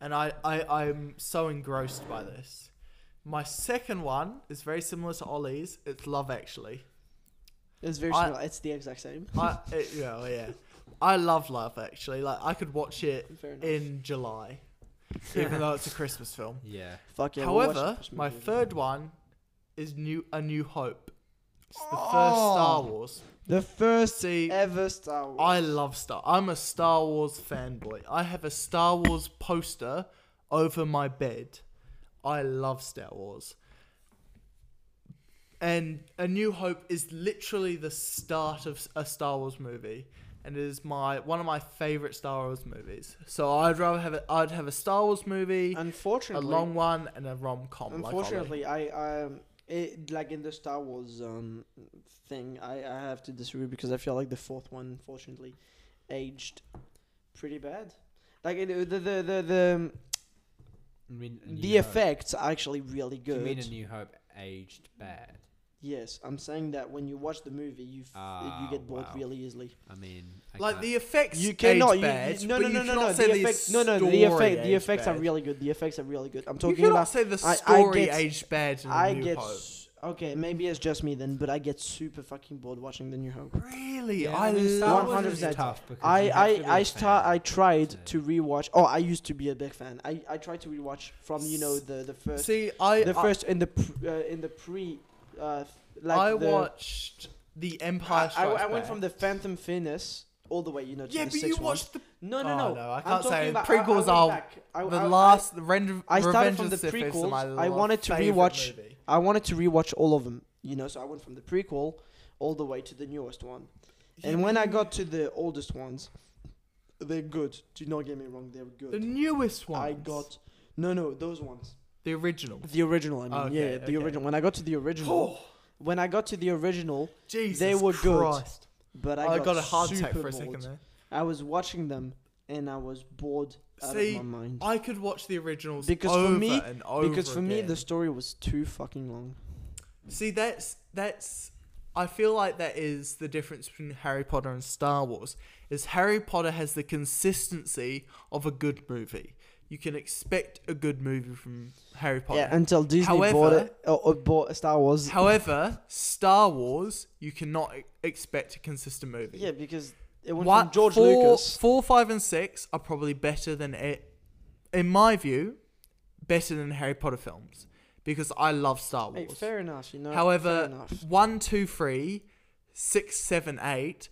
A: And I, I, I'm so engrossed by this. My second one is very similar to Ollie's. It's Love Actually.
B: it's very
A: I-
B: similar. It's the exact same.
A: I, it, yeah, well, yeah. I love Love Actually. Like I could watch it
B: Fair enough.
A: in July, even though it's a Christmas film.
C: Yeah.
B: Fuck yeah. we'll watch the
A: However,
B: Christmas
A: my
B: movie.
A: third one is New A New Hope. It's the first
B: Oh.
A: Star Wars.
B: the first
A: See,
B: ever Star Wars.
A: I love Star. I'm a Star Wars fanboy. I have a Star Wars poster over my bed. I love Star Wars. And A New Hope is literally the start of a Star Wars movie, and it is my one of my favorite Star Wars movies. So I'd rather have a, I'd have a Star Wars movie, a
B: Unfortunately,
A: long one, and a rom com.
B: Unfortunately, I um it like in the Star Wars um thing, I I have to disagree because I feel like the fourth one, unfortunately, aged pretty bad. Like it, the the the the, um,
C: I mean, A New
B: the
C: Hope.
B: effects are actually really
C: Do
B: good.
C: You mean A New Hope aged bad?
B: yes, I'm saying that when you watch the movie, you f-
C: Ah,
B: you get bored
C: wow.
B: really easily.
C: I mean, I
A: like
C: can't-
A: the effects,
B: You cannot.
A: age
B: You,
A: bad,
B: you, no,
A: but
B: no,
A: you
B: no, no,
A: cannot
B: no.
A: say
B: The effect, no, no. The
A: story
B: effect. The
A: aged
B: effects are
A: bad.
B: really good. The effects are really good. I'm
A: You
B: talking
A: cannot
B: about.
A: say the
B: I- I
A: story
B: get-
A: aged bad. In
B: I
A: New
B: get.
A: Hope.
B: s- Okay, maybe it's just me then, but I get super fucking bored watching the New Hope.
A: Really,
C: Yeah,
A: I
C: I mean, Star
A: love
C: Wars is
B: 100%.
C: tough because
B: I
C: you have to
B: I
C: be
B: I
C: a
B: start
C: fan.
B: I tried
C: So-
B: to rewatch. Oh, I used to be a big fan. I I tried to rewatch from you know the the first
A: See, I
B: the
A: I,
B: first in the pr- uh, in the pre uh f- like
A: I
B: the,
A: watched the Empire
B: I, I,
A: Strikes
B: I went
A: Back.
B: from the Phantom Menace all the way you know to
A: yeah,
B: the
A: but you
B: sixth one.
A: watched the,
B: No no
A: Oh,
B: no.
A: no, I
B: I'm
A: can't say.
B: talking about-
A: Prequels
B: I, I
A: are
B: went back. I,
A: the
B: I,
A: last the Ren-
B: I started
A: Revenge
B: from
A: of
B: the
A: Sith is
B: prequels.
A: my
B: I
A: lo-
B: wanted to
A: favorite
B: rewatch-
A: movie.
B: I, I wanted to rewatch all of them. You know, so I went from the prequel all the way to the newest one. And when I got to the oldest ones, they're good. Do not get me wrong, they're good.
A: the newest one,
B: I got no, no, those ones.
A: the original.
B: The original, I mean,
A: Okay,
B: yeah, yeah, the
A: okay. Oh.
B: original. When I got to the original, when I got to the original,
A: Jesus
B: they were good.
A: Christ.
B: but I,
A: Oh, I,
B: got,
A: got a heart attack
B: super
A: for a second
B: bored.
A: there.
B: I was watching them and I was bored out
A: See,
B: of my mind
A: I could watch the originals
B: Because for
A: over
B: me-
A: and over
B: because for me
A: again.
B: the story was too fucking long.
A: See, that's that's. I feel like that is the difference between Harry Potter and Star Wars. Is Harry Potter has the consistency of a good movie. You can expect a good movie from Harry Potter.
B: Yeah, until Disney bought
A: However-
B: it or, or bought Star Wars.
A: However, Star Wars, you cannot e- expect a consistent movie.
B: yeah, because it went
A: What-
B: from George
A: four,
B: Lucas.
A: Four, five, and six are probably better than it, in my view, better than Harry Potter films because I love Star Wars.
B: Hey,
C: Um,
B: fair enough, you know. fair
A: However,
B: enough.
A: one, two, three, six, seven, eight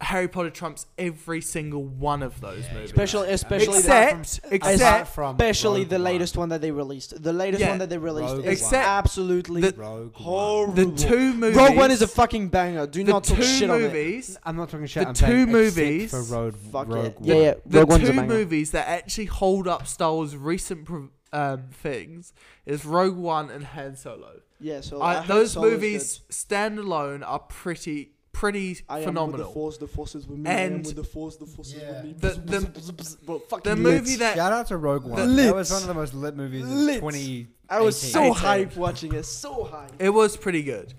A: Harry Potter trumps every single one of those movies.
B: Especially, especially, the-
A: except, except
C: from
B: especially
C: Rogue
B: the
C: One.
B: latest one that they released. The latest
A: Yeah.
B: one that they released
C: Rogue
B: is
A: One.
B: absolutely
A: The-
C: Rogue One.
B: horrible.
A: the two movies.
B: Rogue One is a fucking banger. Do
A: the
B: not talk
A: two
B: shit on it.
A: movies.
C: I'm not talking shit.
A: The
C: I'm
A: two
C: saying except
A: movies-
C: for Road
B: Fuck
C: Rogue
B: it.
C: One.
B: Yeah, yeah.
A: the
B: Rogue One's a
A: two
B: banger.
A: movies that actually hold up Star Wars recent pro- um, things is Rogue One and Han Solo.
B: Yeah, so
A: I,
B: heard
A: Uh, those
B: Solo's
A: movies stand alone are pretty pretty
B: good. I am with The
A: phenomenal.
B: force, the force is with me. I am
A: And
B: with the force, the force is
E: Yeah.
B: with me.
A: The-
B: Bzz,
A: the-
B: bzz, bzz, bzz. Bro, fucking
A: The
B: lit.
A: movie that
C: Shout out to Rogue One.
A: Lit.
C: That was one of the most lit movies
B: Lit.
C: of 20.
B: I was
C: 18.
B: so
C: 18.
B: hype watching it. So hype.
A: it was pretty good,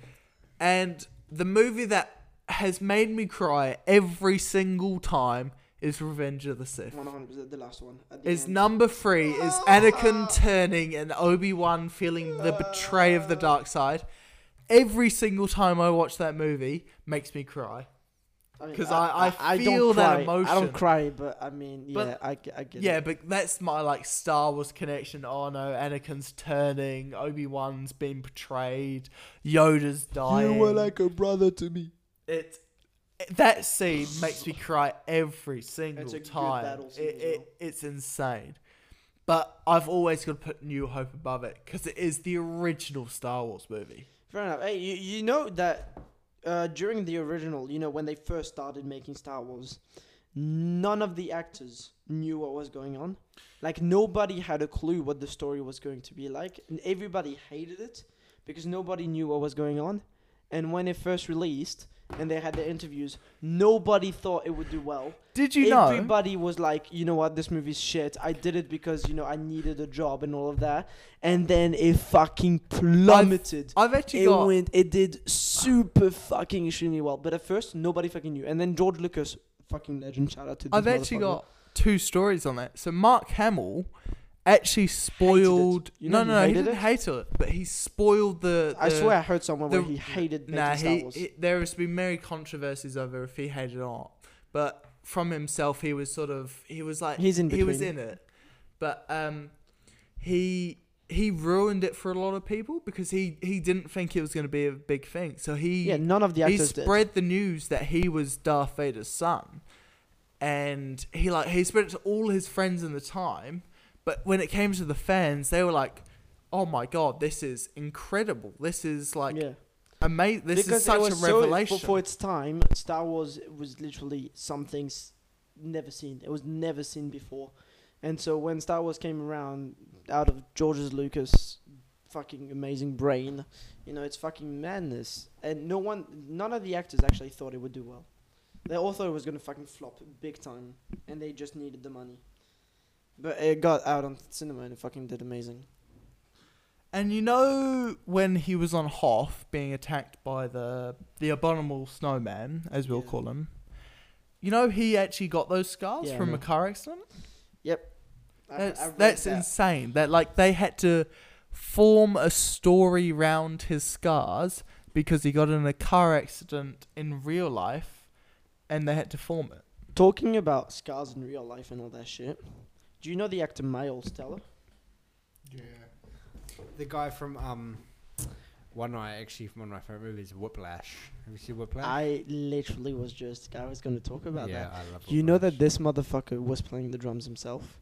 A: and the movie that has made me cry every single time is Revenge of the Sith.
B: One hundred percent. The last one. at the
A: Is
B: end.
A: number three is Anakin turning and Obi Wan feeling the betray of the dark side. Every single time I watch that movie makes me cry.
B: mean,
A: 'cause I- I feel that
B: cry. I
A: emotion.
B: don't cry, but I mean, yeah,
A: But-
B: I, g- I get
A: Yeah,
B: it.
A: but that's my like Star Wars connection. Oh no, Anakin's turning, Obi Wan's been betrayed, Yoda's dying.
B: a brother to me.
A: it. That scene makes me cry every single
B: It's a good
A: time.
B: battle
A: It,
B: scene as
A: it,
B: well.
A: it's insane. But I've always got to put New Hope above it because it is the original Star Wars movie.
B: Fair enough. Hey, you, you know that uh, during the original, you know, when they first started making Star Wars, none of the actors knew what was going on. Like, nobody had a clue what the story was going to be like. And everybody hated it because nobody knew what was going on. And when it first released and they had the interviews, nobody thought it would do well.
A: Did you know?
B: Everybody was like, you know what, this movie's shit. I did it because, you know, I needed a job and all of that. And then it fucking plummeted.
A: I've actually
B: It
A: got.
B: went. It did super fucking extremely well. But at first, nobody fucking knew. And then George Lucas, fucking legend. Shout out to. This
A: I've actually
B: motherfucker.
A: got two stories on that. So Mark Hamill actually
B: it.
A: spoiled.
B: You know
A: no,
B: he
A: no, no, he
B: hated
A: didn't
B: it?
A: hate it, but he spoiled the.
B: I
A: the-
B: swear I heard someone
A: the-
B: where he hated making
A: Nah,
B: Star
A: he,
B: Wars.
A: he- there has been many controversies over if he hated it or not, but from himself he was sort of he was like
B: He's in
A: he was
B: between.
A: in it, but um, he he ruined it for a lot of people because he he didn't think it was going to be a big thing, so he
B: yeah, none of the
A: he
B: actors did.
A: spread the news that he was Darth Vader's son, and he like he spread it to all his friends in the time. But when it came to the fans, they were like, "Oh my god, this is incredible! This is like
B: yeah,
A: amazing! This
B: because
A: is such
B: it
A: a
B: was so-
A: revelation!"
B: for, for its time, Star Wars was literally something s- never seen. It was never seen before, and so when Star Wars came around, out of George's Lucas, fucking amazing brain, you know, it's fucking madness. And no one, none of the actors actually thought it would do well. They all thought it was gonna fucking flop big time, and they just needed the money. But it got out on cinema and it fucking did amazing.
A: and you know when he was on Hoth being attacked by the the abominable snowman, as we'll
B: Yeah.
A: call him. You know he actually got those scars
B: Yeah, I
A: from
B: know.
A: a car accident.
B: I-
A: That's,
B: I read
A: that's
B: that.
A: insane. That like they had to form a story round his scars because he got in a car accident in real life, and they had to form it.
B: Talking about scars in real life and all that shit. Do you know the actor Miles Teller?
C: Yeah. The guy from um, one of my actually from one of my favorite movies, Whiplash. Have you seen Whiplash?
B: I literally was just I was gonna talk about
C: yeah,
B: that.
C: I love.
B: You know that
C: Whiplash.
B: this motherfucker was playing the drums himself.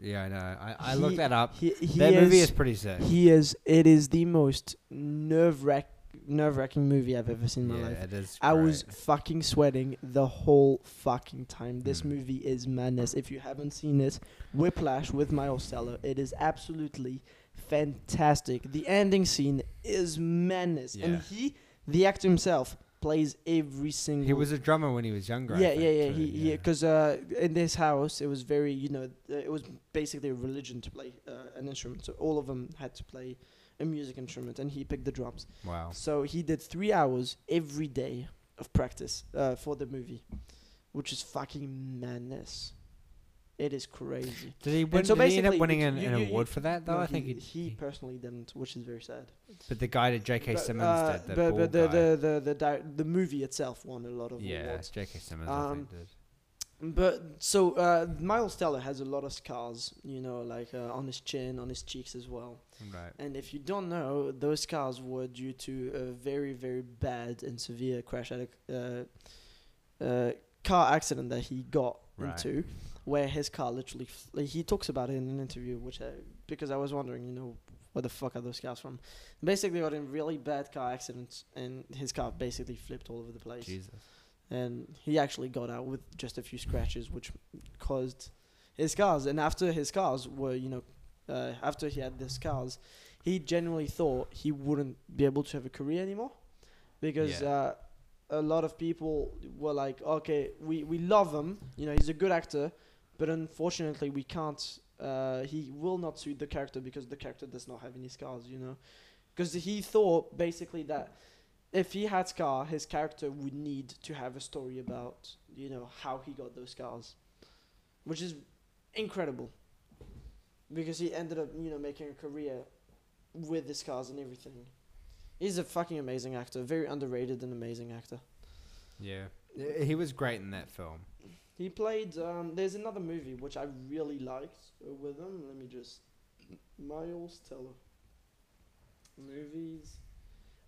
C: Yeah, I know. I, I
B: He-
C: looked that up.
B: He he
C: That
B: is,
C: movie is pretty sick.
B: he is it is the most nerve wrack nerve wracking movie I've ever seen in
C: yeah,
B: my life.
C: it is.
B: I was
C: great.
B: fucking sweating the whole fucking time. This
C: Mm.
B: movie is madness. If you haven't seen it, Whiplash with Miles Teller, it is absolutely fantastic. The ending scene is madness,
C: Yeah.
B: and he, the actor himself, plays every single.
C: He was a drummer when he was younger. I
B: Yeah,
C: think,
B: yeah, yeah.
C: too,
B: He, yeah, because uh, in this house, it was very, you know, uh, it was basically a religion to play uh, an instrument. So all of them had to play a music instrument, and he picked the drums.
C: Wow.
B: So he did three hours every day of practice uh, for the movie, which is fucking madness. It is crazy.
C: Did he win?
B: so
C: did he end up
B: basically,
C: winning
B: you-
C: an,
B: you-
C: an
B: you-
C: award for that though?
B: No,
C: I think
B: he,
C: he,
B: he personally didn't, which is very sad.
C: But the guy that J.K.
B: But,
C: Simmons
B: uh,
C: did. The
B: but,
C: bald
B: but the,
C: guy.
B: the the the di- the movie itself won a lot of
C: yeah,
B: awards.
C: J.K. Simmons. I
B: Um,
C: think did.
B: But so uh, Miles Teller has a lot of scars, you know, like uh, on his chin, on his cheeks as well.
C: Right.
B: And if you don't know, those cars were due to a very, very bad and severe crash at a, uh, uh, car accident that he got
C: Right.
B: into, where his car literally f- like, he talks about it in an interview, which I, because I was wondering, you know, where the fuck are those cars from? Basically, got in really bad car accidents, and his car basically flipped all over the place
C: Jesus.
B: and he actually got out with just a few scratches, which caused his scars. And after his scars were, you know, uh, after he had the scars, he genuinely thought he wouldn't be able to have a career anymore because
C: Yeah.
B: uh, a lot of people were like, okay, we, we love him, you know, he's a good actor, but unfortunately, we can't. Uh, he will not suit the character because the character does not have any scars, you know, because he thought basically that if he had scar, his character would need to have a story about you know how he got those scars, which is incredible because he ended up you know making a career with the scars and everything. He's a fucking amazing actor, very underrated and amazing actor.
C: Yeah. Uh, He was great in that film.
B: He played. Um, there's another movie which I really liked uh, with him. Let me just Miles Teller movies.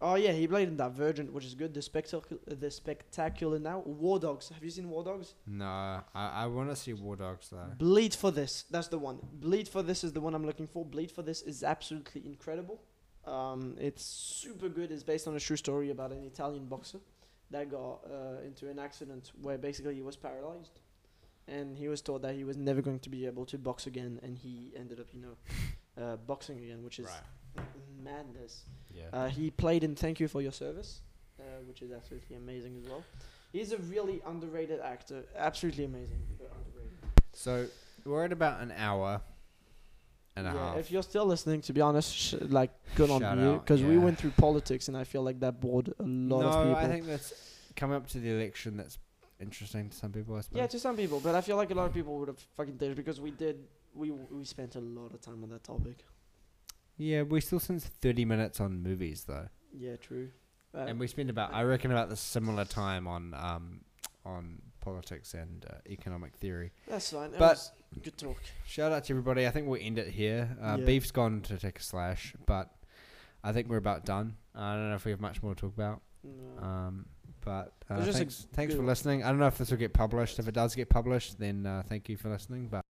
B: Oh yeah, he played in Divergent, which is good. The spectacular, the spectacular now. War Dogs. Have you seen War Dogs?
C: No, I, I want to see War Dogs though.
B: Bleed for this. That's the one. Bleed for this is the one I'm looking for. Bleed for this is absolutely incredible. Um, it's super good. It's based on a true story about an Italian boxer that got uh, into an accident where basically he was paralyzed, and he was told that he was never going to be able to box again, and he ended up, you know, uh, boxing again, which is madness.
C: Yeah.
B: Uh, he played in Thank You for Your Service, uh, which is absolutely amazing as well. He's a really underrated actor. Absolutely amazing. but underrated.
C: so we're at about an hour and a
B: yeah,
C: half.
B: If you're still listening, to be honest, sh- like good
C: Shout
B: on you,
C: out,
B: because we
C: yeah.
B: went through politics, and I feel like that bored a lot
C: no,
B: of people.
C: I think that's coming up to the election. That's interesting to some people, I suppose.
B: yeah, to some people, but I feel like a lot of people would have fucking did because we did. We we spent a lot of time on that topic.
C: yeah. We still spend thirty minutes on movies though,
B: Yeah, true. Uh,
C: and we spend about I reckon about the similar time on um on politics and uh, economic theory.
B: that's fine. It
C: but-
B: was good talk.
C: Shout out to everybody. I think we'll end it here. Uh,
B: Yeah.
C: Beef's gone to take a slash, but I think we're about done. I don't know if we have much more to talk about.
B: No.
C: Um, but uh,
B: was just a
C: thanks, thanks
B: good
C: for
B: one.
C: listening. I don't know if this will get published. If it does get published, then uh, thank you for listening. But